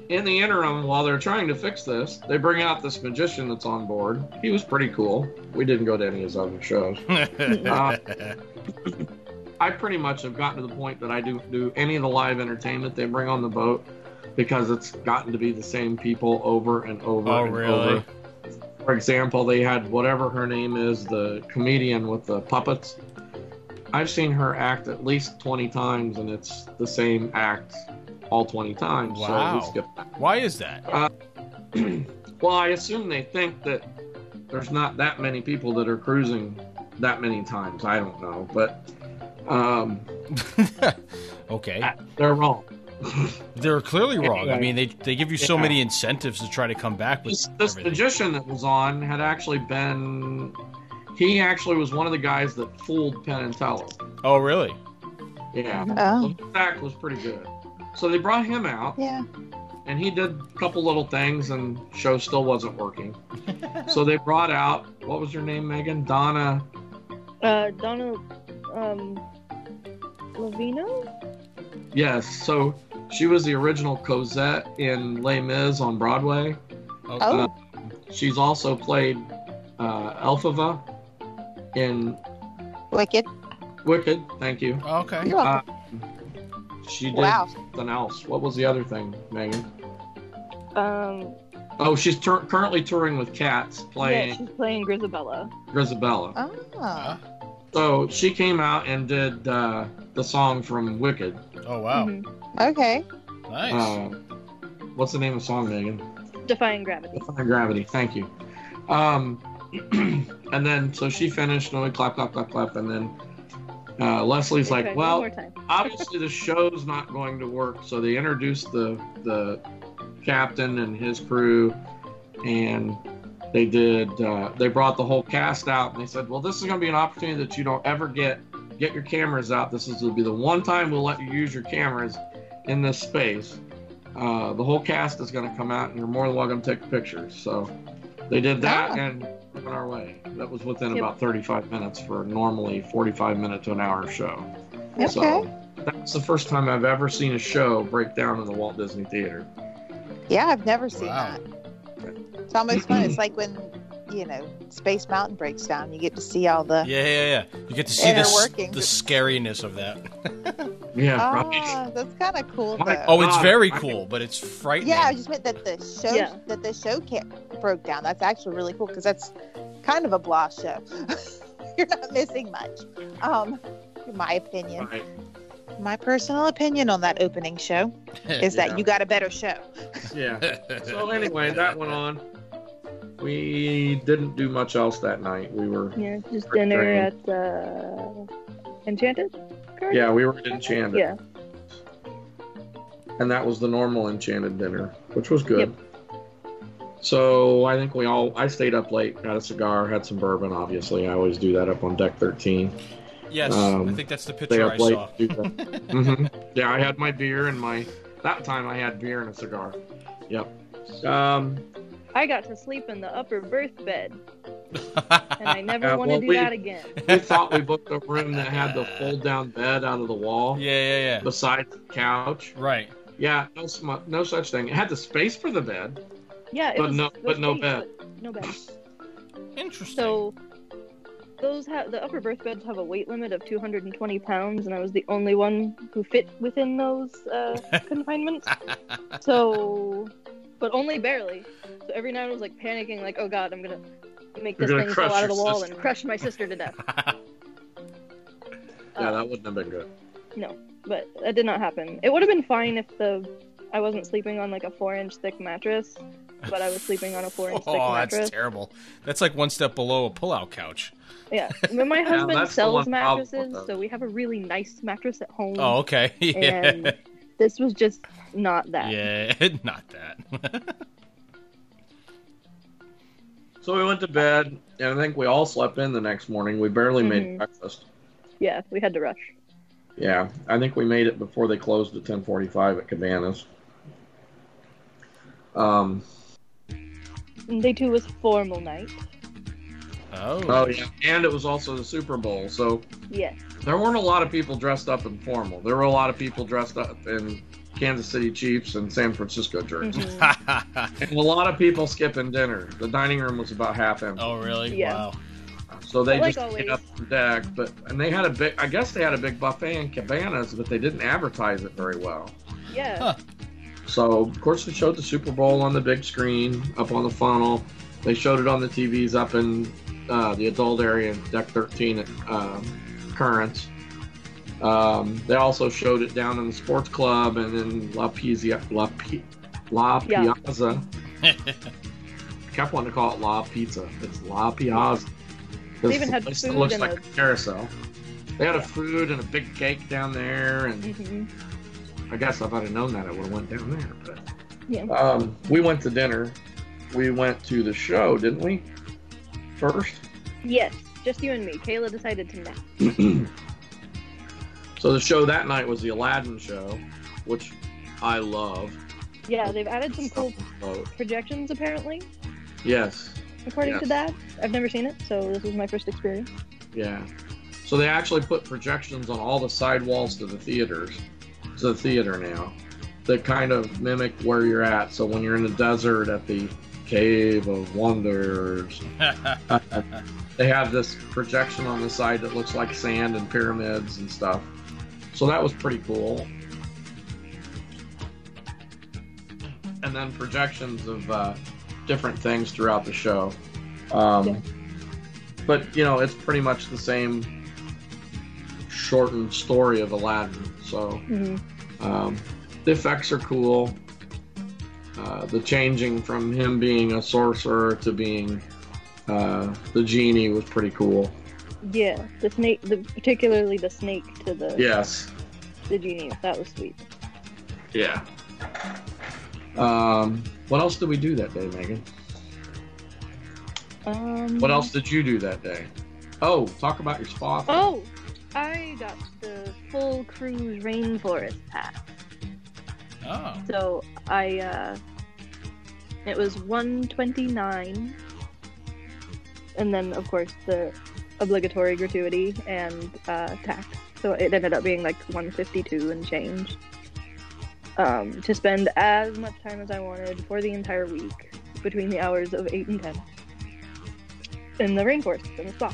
S5: in the interim, while they're trying to fix this, they bring out this magician that's on board. He was pretty cool. We didn't go to any of his other shows. I pretty much have gotten to the point that I do do any of the live entertainment they bring on the boat because it's gotten to be the same people over and over
S2: oh
S5: and
S2: really?
S5: over. For example, they had whatever her name is, the comedian with the puppets. I've seen her act at least 20 times and it's the same act all 20 times. So
S2: Wow.
S5: we skipped that.
S2: Why is that?
S5: well, I assume they think that there's not that many people that are cruising that many times. I don't know, but um,
S2: okay,
S5: I- they're wrong.
S2: they're clearly wrong. I
S5: Anyway.
S2: mean, they they give you so
S5: Yeah.
S2: many incentives to try to come back with
S5: this, this
S2: everything.
S5: magician that was on had actually been he actually was one of the guys that fooled penn and teller
S2: Oh, really?
S5: yeah
S4: Oh,
S5: the fact was pretty good so they brought him out
S4: yeah.
S5: and he did a couple little things and show still wasn't working so they brought out what was her name megan donna
S3: Uh, Donald, um, Lavino?
S5: yes so she was the original cosette in les mis on broadway Uh,
S2: Okay.
S4: Oh,
S5: she's also played uh, elphaba in
S4: wicked.
S5: wicked thank you
S2: Okay.
S4: You're
S5: Uh,
S4: welcome.
S5: she did
S4: Oh. Wow.
S5: something else. What was the other thing, Megan?
S3: Um,
S5: Oh, she's tur- currently touring with Cats,
S3: yeah, Uh.
S5: playing
S3: she's playing Grisabella.
S5: Grisabella.
S4: Oh.
S5: So she came out and did uh, the song from Wicked.
S2: Oh wow.
S3: Mhm.
S4: Okay.
S2: Nice.
S5: Uh, what's the name of the song, Megan?
S3: Defying Gravity.
S5: Defying Gravity. Thank you. Um, and then so she finished, and we clap, clap, clap, clap, and then uh, Leslie's
S3: Okay,
S5: like,
S3: one
S5: "Well,
S3: more time.
S5: obviously the show's not going to work so they introduced the the captain and his crew and they did uh, they brought the whole cast out and they said well this is going to be an opportunity that you don't ever get get your cameras out this is will be the one time we'll let you use your cameras in this space uh, the whole cast is going to come out and you're more than welcome to take pictures so they did that
S4: Ah.
S5: and went our way that was within
S3: Yep.
S5: about 35 minutes for a normally 45 minute to an hour show
S4: Okay.
S5: so that's the first time I've ever seen a show break down in the Walt Disney Theater.
S4: Yeah, I've never seen
S2: Wow.
S4: that. It's almost fun. It's like when, you know, Space Mountain breaks down, you get to see all the.
S2: yeah, yeah, yeah. You get to see
S4: Inner
S2: this
S4: workings.
S2: the scariness of that.
S5: Yeah, right.
S4: Ah, that's kind of cool,
S5: My-
S4: though.
S2: Oh, it's
S5: God,
S2: very
S5: I-
S2: cool, but it's frightening.
S4: Yeah, I just meant that the show
S3: Yeah.
S4: that the show kit broke down. That's actually really cool because that's kind of a blah show. You're not missing much. Um, my opinion,
S5: Right.
S4: my personal opinion on that opening show is
S5: Yeah.
S4: that you got a better show.
S5: Yeah. So anyway, that went on. We didn't do much else that night. We were
S3: Yeah, just
S5: Great
S3: dinner
S5: dream.
S3: at uh, Enchanted. Garden?
S5: yeah, we were at Enchanted.
S3: Yeah.
S5: And that was the normal Enchanted dinner, which was good. So I think we all I stayed up late, had a cigar, had some bourbon. Obviously, I always do that up on deck thirteen.
S2: Yes, I
S5: Um,
S2: think that's the
S5: Stay
S2: picture
S5: up
S2: I
S5: late.
S2: saw.
S5: Do that. hmm Yeah, I had my beer and my that time I had beer and a cigar. Yep. Um,
S3: I got to sleep in the upper berth bed, and I never
S5: Yeah,
S3: want to
S5: Uh, well,
S3: do
S5: we-
S3: that again.
S5: we thought we booked a room that had the fold down bed out of the wall
S2: yeah, yeah, yeah.
S5: beside the couch.
S2: Right.
S5: Yeah, no, sm- no such thing. It had the space for the bed.
S3: Yeah, it
S5: But
S3: was,
S5: no-
S3: it
S5: but
S3: was
S5: no
S3: space,
S5: bed.
S3: but No bed.
S2: Interesting.
S3: So those have the upper berth beds have a weight limit of 220 pounds, and I was the only one who fit within those uh, confinements. So, but only barely. So every night I was like panicking, like, "Oh God, I'm gonna make
S5: You're
S3: this
S5: gonna
S3: thing fall
S5: crush
S3: out of the
S5: your
S3: wall
S5: sister.
S3: and crush my sister to death."
S5: Yeah,
S3: Uh,
S5: that wouldn't have been good.
S3: but that did not happen. It would have been fine if the I wasn't sleeping on like a four inch thick mattress, but I was sleeping on a four inch thick
S2: oh, that's
S3: mattress.
S2: terrible. That's like one step below a pull-out couch.
S3: yeah, but my husband
S5: that's the one
S3: sells
S5: problem with
S3: mattresses,
S5: those.
S3: so we have a really nice mattress at home.
S2: Oh, okay. Yeah.
S3: Mm-hmm. And this was just not that.
S2: Yeah, not that.
S5: So we went to bed, and I think we all slept in the next morning. We barely made
S3: Mhm.
S5: breakfast.
S3: Yeah, we had to rush.
S5: Yeah, I think we made it before they closed at 10:45 at Cabanas. Um,
S3: And Day two was formal night.
S2: oh.
S5: oh yeah, and it was also the Super Bowl, so
S3: Yes.
S5: there weren't a lot of people dressed up in formal. There were a lot of people dressed up in Kansas City Chiefs and San Francisco jerseys,
S3: Mhm.
S5: and a lot of people skipping dinner. The dining room was about half empty.
S2: oh, really?
S3: Yeah.
S2: Wow.
S5: So they
S3: Oh. Like
S5: just
S3: always.
S5: get up the deck, but and they had a big. I guess they had a big buffet in Cabanas, but they didn't advertise it very well.
S3: yeah.
S2: Huh.
S5: So of course they showed the Super Bowl on the big screen up on the funnel. They showed it on the TVs up in uh, the adult area in deck 13 at um, Currents. Um, they also showed it down in the sports club and in La Pizia, La, Pi- La
S3: Yeah.
S5: Piazza. I kept wanting to call it La Pizza. It's La Piazza.
S3: They even had
S5: This
S3: food
S5: looks
S3: and
S5: like
S3: a-
S5: a carousel. They had
S3: Yeah.
S5: a food and a big cake down there, and
S3: hmm
S5: I guess if I'd have known that, I would have went down there. But
S3: Yeah.
S5: um, we went to dinner. We went to the show, didn't we? First.
S3: Yes. Just you and me. Kayla decided to nap.
S5: So the show that night was the Aladdin show, which I love.
S3: Yeah, they've added some cool
S5: Oh,
S3: projections apparently,
S5: yes.
S3: according
S5: Yeah.
S3: to that. I've never seen it, so this was my first experience.
S5: Yeah. So they actually put projections on all the side walls to the theaters, to the theater now, that kind of mimic where you're at. So when you're in the desert at the Cave of Wonders, they have this projection on the side that looks like sand and pyramids and stuff. So that was pretty cool. And then projections of uh, different things throughout the show. Um,
S3: Yeah.
S5: But, you know, it's pretty much the same shortened story of Aladdin. So
S3: hmm
S5: um, the effects are cool. Uh, the changing from him being a sorcerer to being uh, the genie was pretty cool.
S3: Yeah, the snake, the, particularly the snake to the
S5: Yes.
S3: the genie. That was sweet.
S5: Yeah. Um, what else did we do that day, Megan?
S3: Um,
S5: What else did you do that day? Oh, talk about your spa. thing.
S3: Oh, I got the full cruise rainforest pass.
S2: oh.
S3: So I, uh, it was 129, and then of course the obligatory gratuity and uh, tax. So it ended up being like 152 and change um, to spend as much time as I wanted for the entire week between the hours of eight and ten in the rainforest in the spa.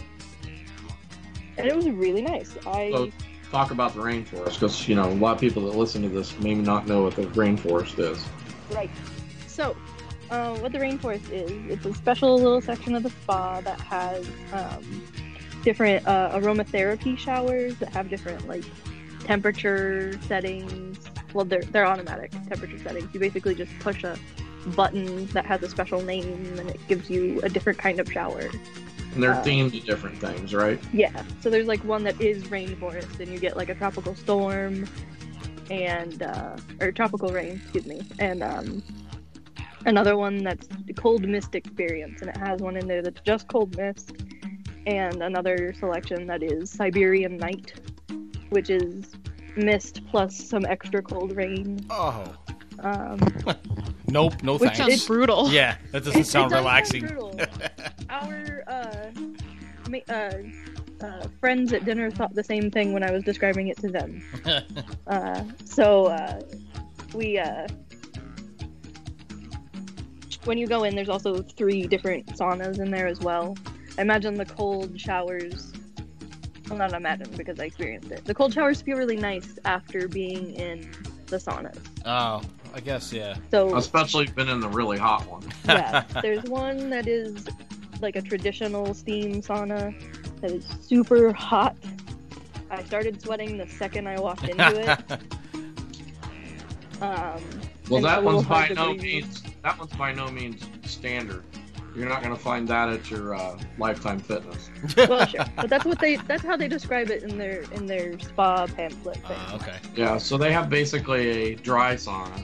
S3: And it was really nice. I
S5: So, talk about the rainforest because you know a lot of people that listen to this may not know what the rainforest is.
S3: Right. So, uh, what the rainforest is, it's a special little section of the spa that has um, different uh, aromatherapy showers that have different like temperature settings. Well, they're they're automatic temperature settings. You basically just push a button that has a special name, and it gives you a different kind of shower.
S5: And they're
S3: Uh,
S5: themed to different things, right?
S3: Yeah. So there's like one that is rainforest, and you get like a tropical storm, and uh, or tropical rain, excuse me, and um, another one that's the Cold Mist Experience, and it has one in there that's just Cold Mist, and another selection that is Siberian Night, which is mist plus some extra cold rain.
S2: Oh,
S3: Um,
S2: nope, no
S6: Which
S2: thanks.
S6: sounds brutal.
S2: yeah, that
S3: it-
S2: doesn't
S3: it
S2: sound
S3: does sound
S2: relaxing.
S3: brutal. Our uh, ma- uh, uh, friends at dinner thought the same thing when I was describing it to them. uh, so uh, we, uh, when you go in, there's also three different saunas in there as well. I imagine the cold showers. Well, not imagine because I experienced it. The cold showers feel really nice after being in the saunas.
S2: oh, I guess yeah.
S3: So
S5: Especially if you've been in the really hot one.
S3: yeah, there's one that is like a traditional steam sauna that is super hot. I started sweating the second I walked into it.
S5: Well,
S3: Um, And it's a
S5: that
S3: little
S5: one's by
S3: hard to
S5: no
S3: breathe.
S5: means that one's by no means standard. You're not going to find that at your uh, Lifetime Fitness.
S3: well, sure, but that's what they—that's how they describe it in their in their spa pamphlet thing.
S2: Uh, okay.
S5: Yeah, so they have basically a dry sauna,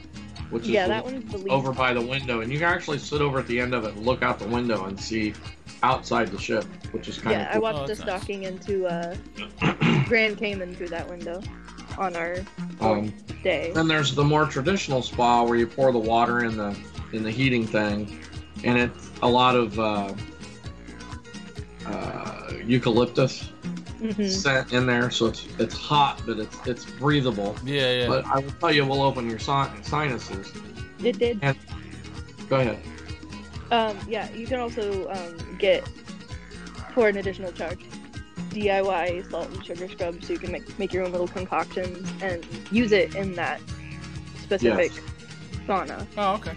S5: which is
S3: yeah, that one's the least.
S5: over by the window, and you can actually sit over at the end of it and look out the window and see outside the ship, which is kind
S3: yeah, I
S5: of cool.
S3: watched
S2: Oh,
S3: the
S2: that's nice.
S3: stocking into uh, Grand Cayman through that window on our
S5: Um,
S3: day.
S5: then there's the more traditional spa where you pour the water in the in the heating thing, and it's a lot of uh, uh, eucalyptus
S3: Mhm.
S5: scent in there, so it's it's hot, but it's it's breathable.
S2: Yeah, yeah.
S5: But I will tell you, we'll open your sin- sinuses.
S3: It did
S5: Go ahead.
S3: Um, yeah, you can also um, get for an additional charge DIY salt and sugar scrub, so you can make make your own little concoctions and use it in that specific sauna.
S2: oh, okay.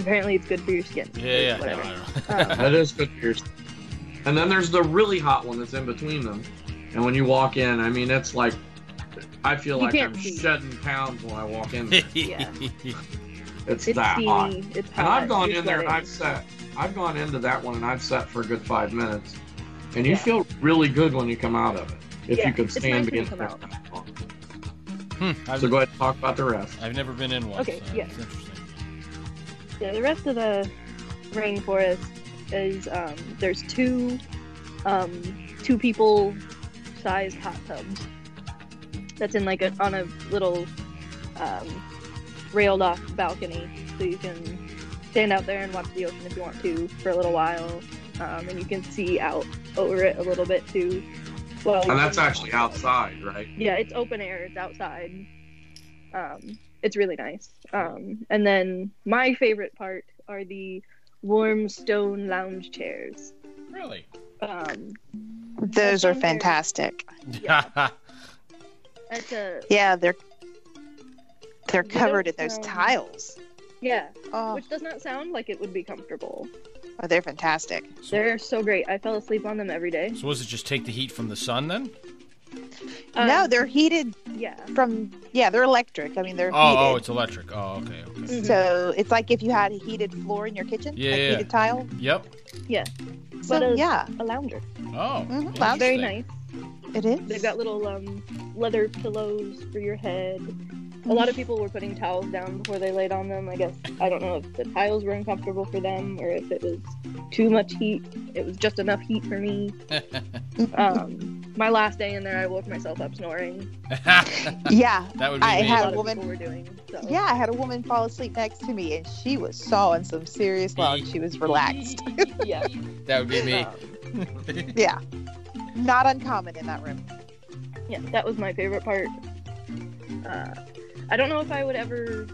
S3: Apparently, it's good for your skin.
S2: Yeah, yeah.
S3: Whatever.
S2: I don't know.
S3: Um,
S5: That is good for your- And then there's the really hot one that's in between them. And when you walk in, I mean, it's like I feel
S3: You
S5: like I'm
S3: can't see.
S5: shedding pounds when I walk in. There.
S3: Yeah.
S5: It's,
S3: it's
S5: that
S3: steamy.
S5: hot.
S3: It's hot.
S5: And I've gone
S3: you're
S5: in there and
S3: sweating.
S5: I've sat. I've gone into that one and I've sat for a good five minutes. And you
S3: Yeah.
S5: feel really good when you come out of it. If
S3: Yeah,
S5: you can
S3: it's
S5: stand
S3: nice when you
S5: against
S3: come out.
S2: Hmm, I've,
S5: So go ahead and talk about the rest.
S2: I've never been in one.
S3: Okay,
S2: so
S3: yeah.
S2: It's interesting.
S3: Yeah, the rest of the rainforest is um, there's two um, two people sized hot tubs. That's in like a, on a little um, railed off balcony, so you can stand out there and watch the ocean if you want to for a little while, um, and you can see out over it a little bit too. Well,
S5: And that's actually outside, right?
S3: yeah, it's open air. It's outside. Um, it's really nice. Um, and then my favorite part are the warm stone lounge chairs.
S2: Really?
S3: Um,
S4: Those are fantastic.
S2: Yeah.
S3: that's a
S4: Yeah, they're they're
S3: They
S4: covered in
S3: don't
S4: those
S3: sound-
S4: tiles.
S3: yeah,
S4: Oh,
S3: which does not sound like it would be comfortable.
S4: oh, they're fantastic.
S2: so,
S3: They're so great. I fell asleep on them every day.
S2: so was it just take the heat from the sun then?
S3: Um,
S4: no, they're heated
S3: yeah.
S4: from yeah, they're electric. I mean,
S2: Oh,
S4: they're
S2: oh,
S4: heated.
S2: it's electric. Oh, okay. okay.
S3: Mhm.
S4: so it's like if you had a heated floor in your kitchen,
S2: Yeah,
S4: like
S2: yeah.
S4: heated tile.
S2: Yep.
S4: So
S3: But, uh,
S4: yeah,
S3: A lounger.
S2: Oh.
S4: Mhm,
S3: It's
S4: lounge.
S3: Mm-hmm. very
S2: interesting.
S3: nice.
S4: it is.
S3: They've got little um, leather pillows for your head. A lot of people were putting towels down before they laid on them. I guess I don't know if the tiles were uncomfortable for them or if it was too much heat. It was just enough heat for me. um, my last day in there, I woke myself up snoring.
S4: yeah,
S2: that would be
S4: I
S2: me.
S3: A
S4: had-
S3: lot of
S4: woman-
S3: people were doing. So.
S4: yeah. I had a woman fall asleep next to me, and she was sawing some serious lounge. She was relaxed.
S3: yeah.
S2: that would be me.
S3: Um,
S4: Yeah, not uncommon in that room.
S3: yeah, that was my favorite part. Uh, I don't know if I would ever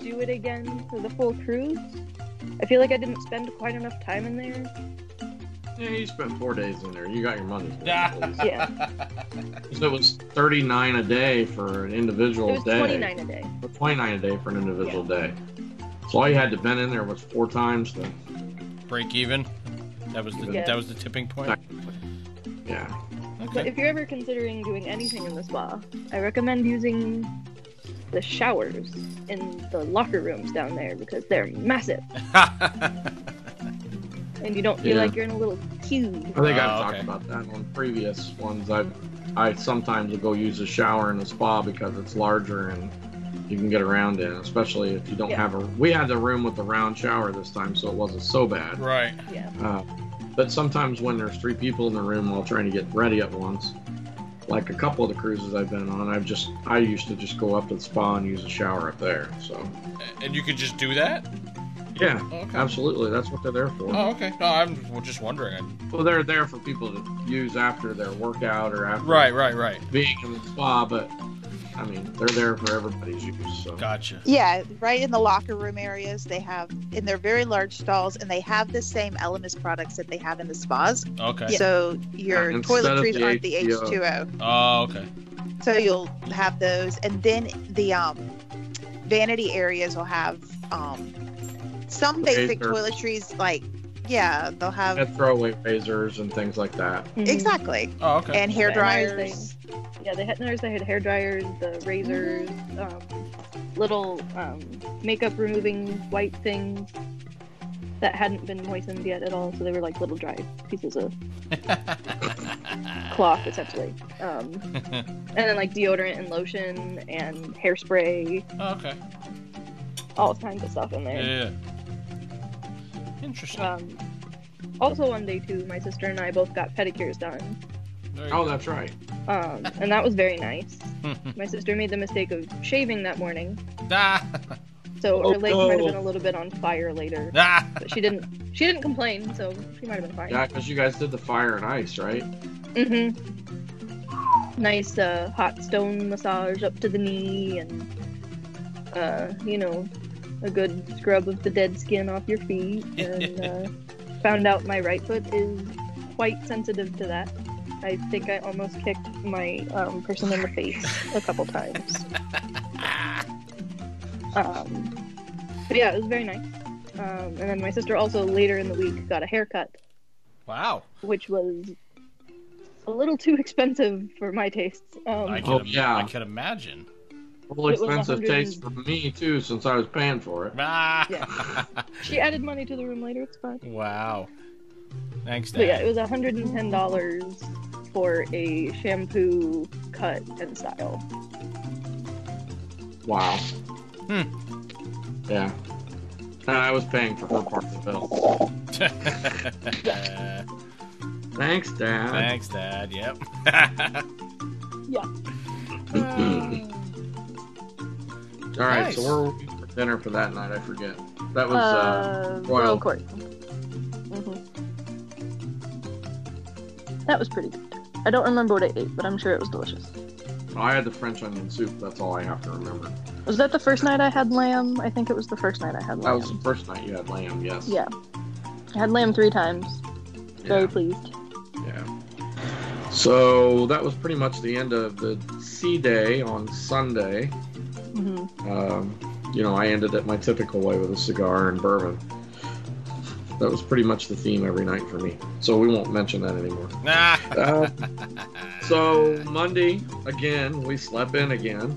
S3: do it again for the full cruise. I feel like I didn't spend quite enough time in there.
S5: Yeah, you spent four days in there. You got your money.
S3: Yeah,
S5: So it was 39 a day for an
S3: it
S5: individual
S3: was
S5: day.
S3: 29 a day.
S5: Or 29 a day for an individual day. So all you had to been in there was four times the
S2: Break even. That was the
S3: Yeah.
S2: that was the tipping point.
S5: yeah.
S3: But
S2: Okay.
S3: if you're ever considering doing anything in the spa, I recommend using the showers in the locker rooms down there because they're massive and you don't feel
S5: Yeah.
S3: like you're in a little cube.
S5: I think
S2: Oh,
S5: I've talked
S2: okay.
S5: about that on previous ones. I I sometimes will go use a shower in a spa because it's larger and you can get around in, especially if you don't
S3: Yeah.
S5: have a. We had the room with the round shower this time, so it wasn't so bad.
S2: Right.
S3: Yeah.
S5: Uh, but sometimes when there's three people in the room all trying to get ready at once, like a couple of the cruises I've been on, I've just I used to just go up to the spa and use a shower up there. So
S2: And you could just do that?
S5: yeah,
S2: Okay.
S5: absolutely, that's what they're there for.
S2: Oh, okay. No, I'm just wondering.
S5: Well, they're there for people to use after their workout or after
S2: Right, right, right.
S5: being in the spa, but I mean they're there for everybody's use. So
S2: Gotcha.
S4: Yeah, right in the locker room areas, they have, and they're very large stalls, and they have the same Elemis products that they have in the spas.
S2: Okay.
S4: So your
S5: Yeah, instead of
S4: toiletries
S5: the
S4: aren't the
S5: H2O.
S4: H2O.
S2: Oh, okay.
S4: So you'll have those, and then the um, vanity areas will have um, some basic
S5: Razor.
S4: toiletries, like yeah, they'll have
S5: and throwaway razors and things like that.
S4: exactly,
S2: Oh, okay.
S4: and hair
S3: And hair
S4: dryers.
S3: Yeah, they had noticed they had hair dryers, the razors, um, little um, makeup removing white things that hadn't been moistened yet at all. So they were like little dry pieces of cloth, essentially. Um, and then like deodorant and lotion and hairspray,
S2: Oh, okay.
S3: all kinds of stuff in there.
S2: Yeah.
S5: Uh,
S2: Interesting.
S3: Um, also, one day too, my sister and I both got pedicures done,
S2: There you
S5: Oh,
S2: go.
S5: that's right.
S3: um, and that was very nice. My sister made the mistake of shaving that morning,
S2: Ah,
S3: so her
S5: Oh,
S3: legs might have
S5: no.
S3: been a little bit on fire later.
S2: ah.
S3: But she didn't. She didn't complain, so she might have been fine.
S5: Yeah, because you guys did the fire and ice, right?
S3: Mm-hmm. Nice uh, hot stone massage up to the knee, and uh, you know, a good scrub of the dead skin off your feet. And uh, found out my right foot is quite sensitive to that. I think I almost kicked my um, person in the face a couple times. Um, but yeah, it was very nice. Um, and then my sister also later in the week got a haircut
S2: Wow.
S3: which was a little too expensive for my tastes. Um,
S2: I can,
S5: Oh,
S2: im-
S5: yeah.
S2: I can imagine.
S5: A little
S3: It was
S5: expensive
S3: 100
S5: taste for me too, since I was paying for it.
S2: Ah.
S3: she added money to the room later. It's fine.
S2: wow. Thanks, Dad.
S3: But yeah, it was hundred and ten dollars for a shampoo cut and style.
S5: Wow.
S2: Hmm.
S5: Yeah. And I was paying for her part of the bill. Thanks, Dad.
S2: Thanks, Dad. Yep.
S5: All right,
S2: Nice.
S5: so where were we for dinner for that night? I forget. That was uh,
S3: Uh,
S5: Royal.
S3: Royal Court. Mm-hmm. Mhm. That was pretty good. I don't remember what I ate, but I'm sure it was delicious.
S5: I had the French onion soup. That's all I have to remember.
S3: Was that the first night I had lamb? I think it was the first night I had
S5: That
S3: lamb.
S5: was the first night you had lamb. Yes.
S3: Yeah. I had lamb three times. Very
S5: Yeah.
S3: pleased.
S5: yeah. So that was pretty much the end of the C day on Sunday.
S3: hmm
S5: um, you know, I ended it my typical way with a cigar and bourbon. That was pretty much the theme every night for me. So we won't mention that anymore.
S2: Ah.
S5: Uh, so Monday again, we slept in again,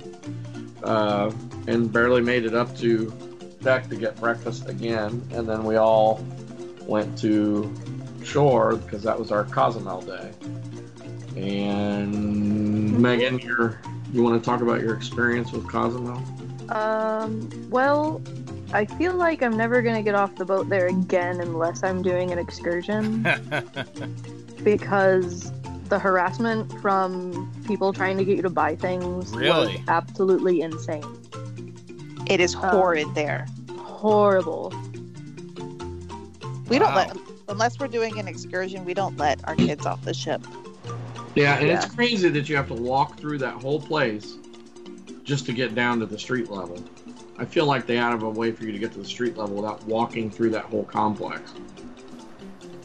S5: uh, and barely made it up to deck to get breakfast again, and then we all went to shore because that was our Cozumel day. And Megan, your you want to talk about your experience with Cozumel?
S3: Um, well, I feel like I'm never going to get off the boat there again unless I'm doing an excursion because the harassment from people trying to get you to buy things was
S2: Really?
S3: absolutely insane.
S4: It is horrid there.
S3: Horrible.
S4: We don't
S2: wow.
S4: let unless we're doing an excursion, we don't let our kids off the ship.
S5: Yeah, and
S4: Yeah.
S5: it's crazy that you have to walk through that whole place just to get down to the street level. I feel like they out of a way for you to get to the street level without walking through that whole complex.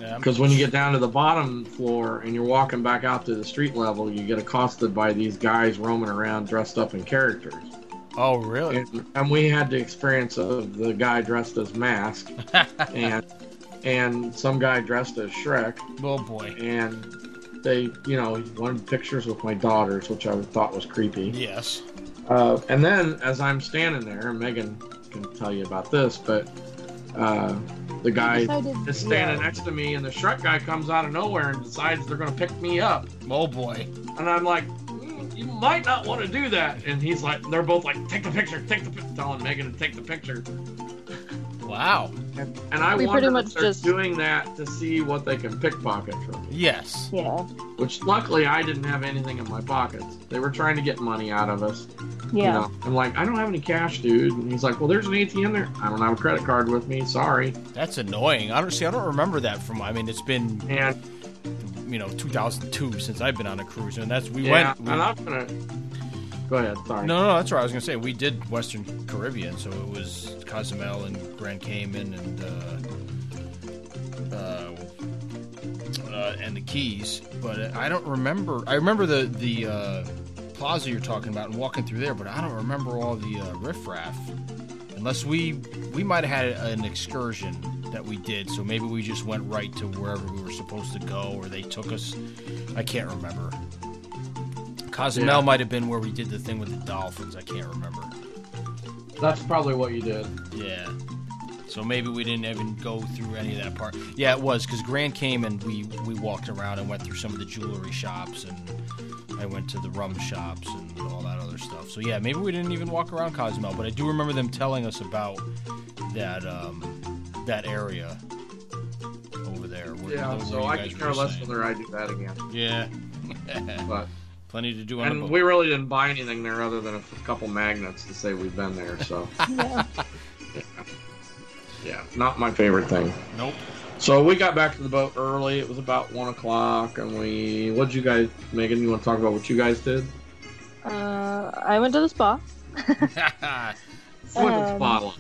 S2: Yeah.
S5: Because when you get down to the bottom floor and you're walking back out to the street level, you get accosted by these guys roaming around dressed up in characters.
S2: Oh, really?
S5: And, and we had the experience of the guy dressed as Mask and and some guy dressed as Shrek
S2: oh boy.
S5: and they, you know, wanted pictures with my daughters, which I thought was creepy.
S2: Yes.
S5: Uh, and then, as I'm standing there, and Megan can tell you about this, but uh, the guy
S3: decided,
S5: is standing next to me, and the Shrek guy comes out of nowhere and decides they're going to pick me up,
S2: Oh boy.
S5: and I'm like, "Mm, you might not want to do that. And he's like, they're both like, take the picture, take the picture, telling Megan to take the picture.
S2: Wow.
S5: And, and I
S3: We pretty
S5: wonder
S3: much
S5: if they're
S3: just-
S5: doing that to see what they can pickpocket from.
S2: Yes.
S3: Yeah.
S5: Which luckily I didn't have anything in my pockets. They were trying to get money out of us. you
S3: Yeah.
S5: know. I'm like, I don't have any cash, dude. And he's like, well, there's an ATM there. I don't have a credit card with me. Sorry.
S2: That's annoying. Honestly, I don't remember that from. I mean, it's been
S5: And
S2: you know 2002 since I've been on a cruise, and that's we
S5: yeah,
S2: went. we-
S5: and I'm gonna go ahead. Sorry.
S2: no, no, that's right. I was gonna say we did Western Caribbean, so it was Cozumel and Grand Cayman and uh, uh, uh, and the Keys. But I don't remember. I remember the the uh, plaza you're talking about and walking through there, but I don't remember all the uh, riffraff. Unless we we might have had an excursion that we did, so maybe we just went right to wherever we were supposed to go, or they took us. I can't remember. Cozumel
S5: Yeah.
S2: might have been where we did the thing with the dolphins. I can't remember.
S5: That's probably what you did.
S2: Yeah. So maybe we didn't even go through any of that part. Yeah, it was because Grant came and we we walked around and went through some of the jewelry shops and I went to the rum shops and all that other stuff. So yeah, maybe we didn't even walk around Cozumel, but I do remember them telling us about that um, that area over there. where-
S5: Yeah.
S2: where
S5: So
S2: you
S5: I
S2: guys
S5: could
S2: were
S5: care less
S2: saying.
S5: whether I do that again.
S2: Yeah.
S5: But
S2: Plenty to do on the
S5: and
S2: boat.
S5: we really didn't buy anything there other than a couple magnets to say we've been there. So
S3: yeah.
S5: yeah, not my favorite thing.
S2: nope.
S5: So we got back to the boat early. It was about one o'clock, and we. What'd you guys, Megan? You want to talk about what you guys did?
S3: Uh, I went to the spa.
S5: Women's
S3: Um,
S5: bottle.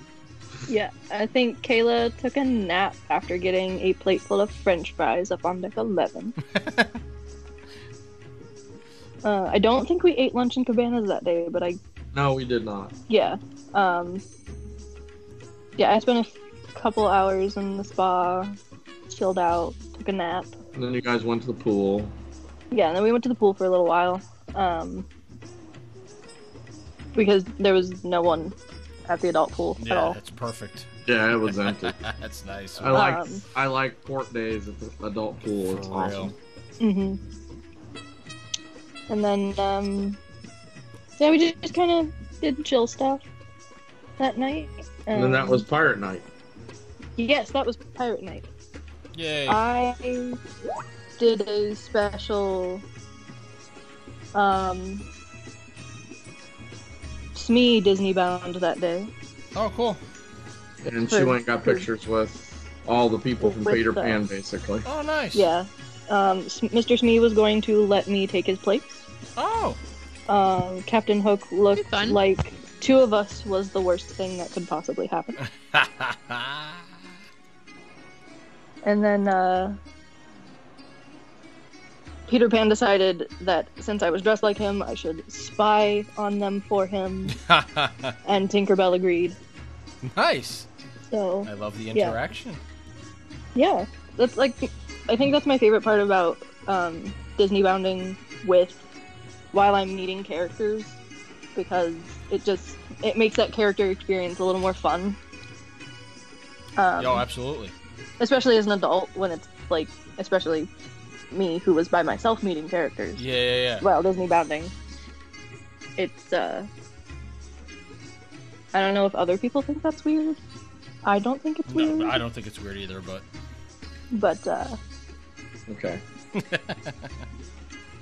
S3: Yeah, I think Kayla took a nap after getting a plate full of French fries up on deck eleven. uh, I don't think we ate lunch in cabanas that day, but I
S5: No, we did not.
S3: yeah, um, yeah, I spent a f- couple hours in the spa, chilled out, took a nap.
S5: And then you guys went to the pool.
S3: Yeah, and then we went to the pool for a little while, um, because there was no one at the adult pool at
S2: yeah,
S3: all.
S2: that's perfect.
S5: Yeah, it was empty.
S2: that's nice.
S5: I like
S3: Um,
S5: I like port days at the adult pool. It's
S2: For
S5: awesome.
S3: hmm And then, um, yeah, we ju- just, kind of did chill stuff that night.
S5: And then that
S3: Um,
S5: was pirate night.
S3: yes, that was pirate night.
S2: Yay.
S3: Uh, I did a special, um, Smee Disney bound that day.
S2: oh, cool.
S5: And she
S3: for-
S5: went and got
S3: for-
S5: pictures with all the people from
S3: With
S5: Peter
S3: the-
S5: Pan, basically.
S2: Oh, nice.
S3: Yeah, um, S- Mr. Smee was going to let me take his place.
S2: Oh.
S3: Um, Captain Hook
S6: That'd
S3: looked
S6: be fun.
S3: like two of us was the worst thing that could possibly happen. And then uh, Peter Pan decided that since I was dressed like him, I should spy on them for him, and Tinkerbell agreed.
S2: nice.
S3: So,
S2: I love the
S3: Yeah.
S2: interaction.
S3: yeah, that's like, I think that's my favorite part about um, Disney bounding with while I'm meeting characters because it just it makes that character experience a little more fun. Um,
S2: Yo, absolutely.
S3: especially as an adult when it's like especially me who was by myself meeting characters
S2: Yeah, yeah, yeah.
S3: well disney bounding it's uh i don't know if other people think that's weird i don't think it's weird
S2: No, I don't think it's weird either, but
S3: but uh
S5: Okay.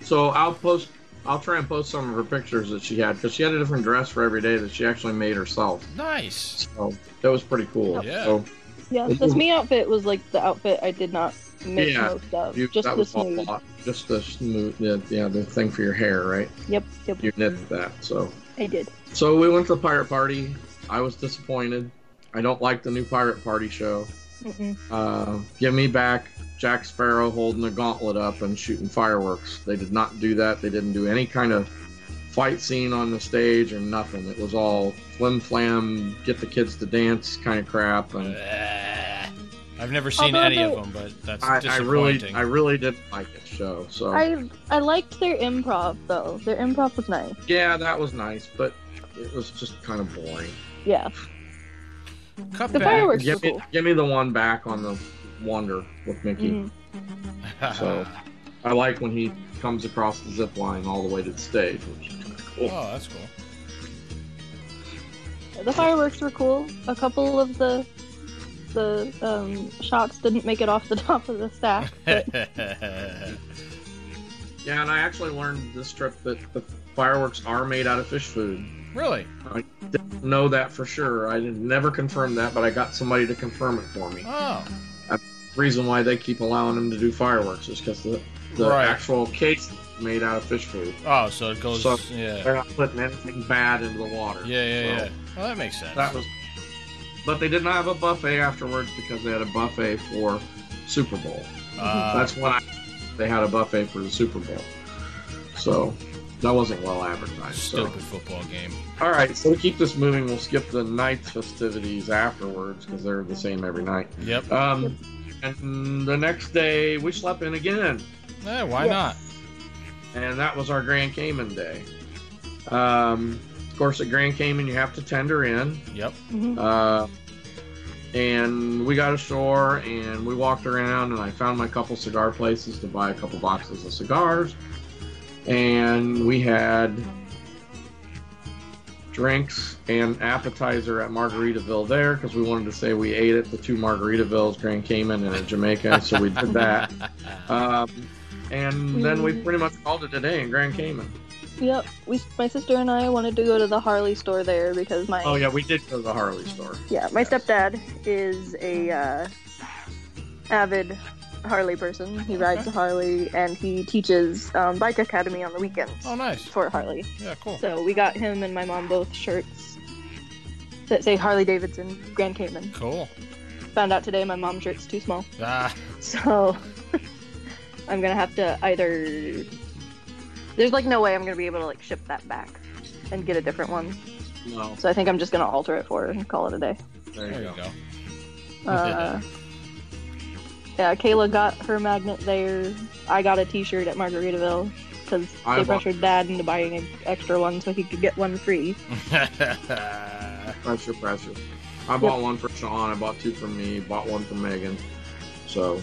S5: so I'll post. I'll try and post some of her pictures that she had because she had a different dress for every day that she actually made herself.
S2: nice.
S5: So that was pretty cool.
S2: Yeah.
S5: So
S3: yeah
S5: It
S3: this
S5: is-
S3: me outfit was like the outfit i did not make
S5: Yeah,
S3: most of
S5: you,
S3: just
S5: that
S3: the
S5: was all
S3: smooth
S5: bought. Just the smooth. Yeah, yeah, the thing for your hair, right?
S3: yep yep
S5: You knit that. So
S3: i did
S5: so we went to the pirate party. I was disappointed. I don't like the new pirate party show.
S3: Mm-mm.
S5: uh, give me back Jack Sparrow holding a gauntlet up and shooting fireworks. They did not do that. They didn't do any kind of fight scene on the stage or nothing. It was all flim flam, get the kids to dance kind of crap. And
S2: Eh. I've never seen
S3: Although
S2: any of
S3: they-
S2: them, but that's
S5: I, I really,
S2: disappointing.
S5: I really didn't like it. So, so
S3: i i liked their improv though their improv was nice
S5: yeah, that was nice, but it was just kind of boring.
S3: yeah
S2: Cut
S3: the
S2: back.
S3: fireworks were
S5: Give me,
S3: cool Mm-hmm.
S5: give me the one back on the wonder with Mickey.
S2: Uh-huh. Oh,
S3: Mhm.
S5: So I like when he comes across the zip line all the way to the stage, which is kind of cool.
S2: Oh, that's cool.
S3: The fireworks were cool. A couple of the the um, shots didn't make it off the top of the stack, but
S5: Yeah, and I actually learned this trip that the fireworks are made out of fish food.
S2: really?
S5: Didn't know that for sure. I didn't, never confirmed that, but I got somebody to confirm it for me.
S2: Oh,
S5: Reason why they keep allowing them to do fireworks is because the, the
S2: Right.
S5: actual case is made out of fish food.
S2: oh, so it goes.
S5: So-
S2: yeah,
S5: They're not putting anything bad into the water.
S2: yeah, yeah, yeah.
S5: So
S2: Well, that makes sense.
S5: That was, but they did not have a buffet afterwards because they had a buffet for Super Bowl.
S2: Uh,
S5: That's when I, they had a buffet for the Super Bowl. So that wasn't well advertised. So.
S2: stupid football game.
S5: All right, so to keep this moving, we'll skip the night festivities afterwards because they're the same every night.
S2: Yep.
S5: Um, and the next day, we slept in again,
S2: Eh, why
S4: Yes.
S2: not?
S5: and that was our Grand Cayman day. Um, of course, at Grand Cayman, you have to tender in.
S2: Yep.
S3: Mhm.
S5: Uh, and we got ashore and we walked around and I found my couple cigar places to buy a couple boxes of cigars. And we had drinks and appetizer at Margaritaville there because we wanted to say we ate at the two Margaritavilles, Grand Cayman and at Jamaica. so we did that. Um, and then we pretty much called it a day in Grand Cayman.
S3: yep. We, my sister and I wanted to go to the Harley store there because my
S5: Oh, yeah, we did go to the Harley store.
S3: Yeah, my stepdad is a uh, avid Harley person. He rides a Harley and he teaches um, bike academy on the weekends
S2: Oh, nice.
S3: for Harley.
S2: Yeah, cool.
S3: So we got him and my mom both shirts that say Harley Davidson Grand Cayman.
S2: Cool.
S3: Found out today my mom's shirt's too small,
S2: Ah,
S3: so I'm gonna have to either. There's like no way I'm gonna be able to like ship that back and get a different one.
S5: No,
S3: So I think I'm just gonna alter it for her and call it a day.
S5: there you
S2: there you
S5: go.
S2: go.
S3: Uh, yeah, Kayla got her magnet there. I got a T-shirt at Margaritaville because
S5: I
S3: they
S5: bought-
S3: pressured Dad into buying an extra one so he could get one free.
S5: Pressure, pressure. I bought one for Sean. I bought two for me. Bought one for Megan. So.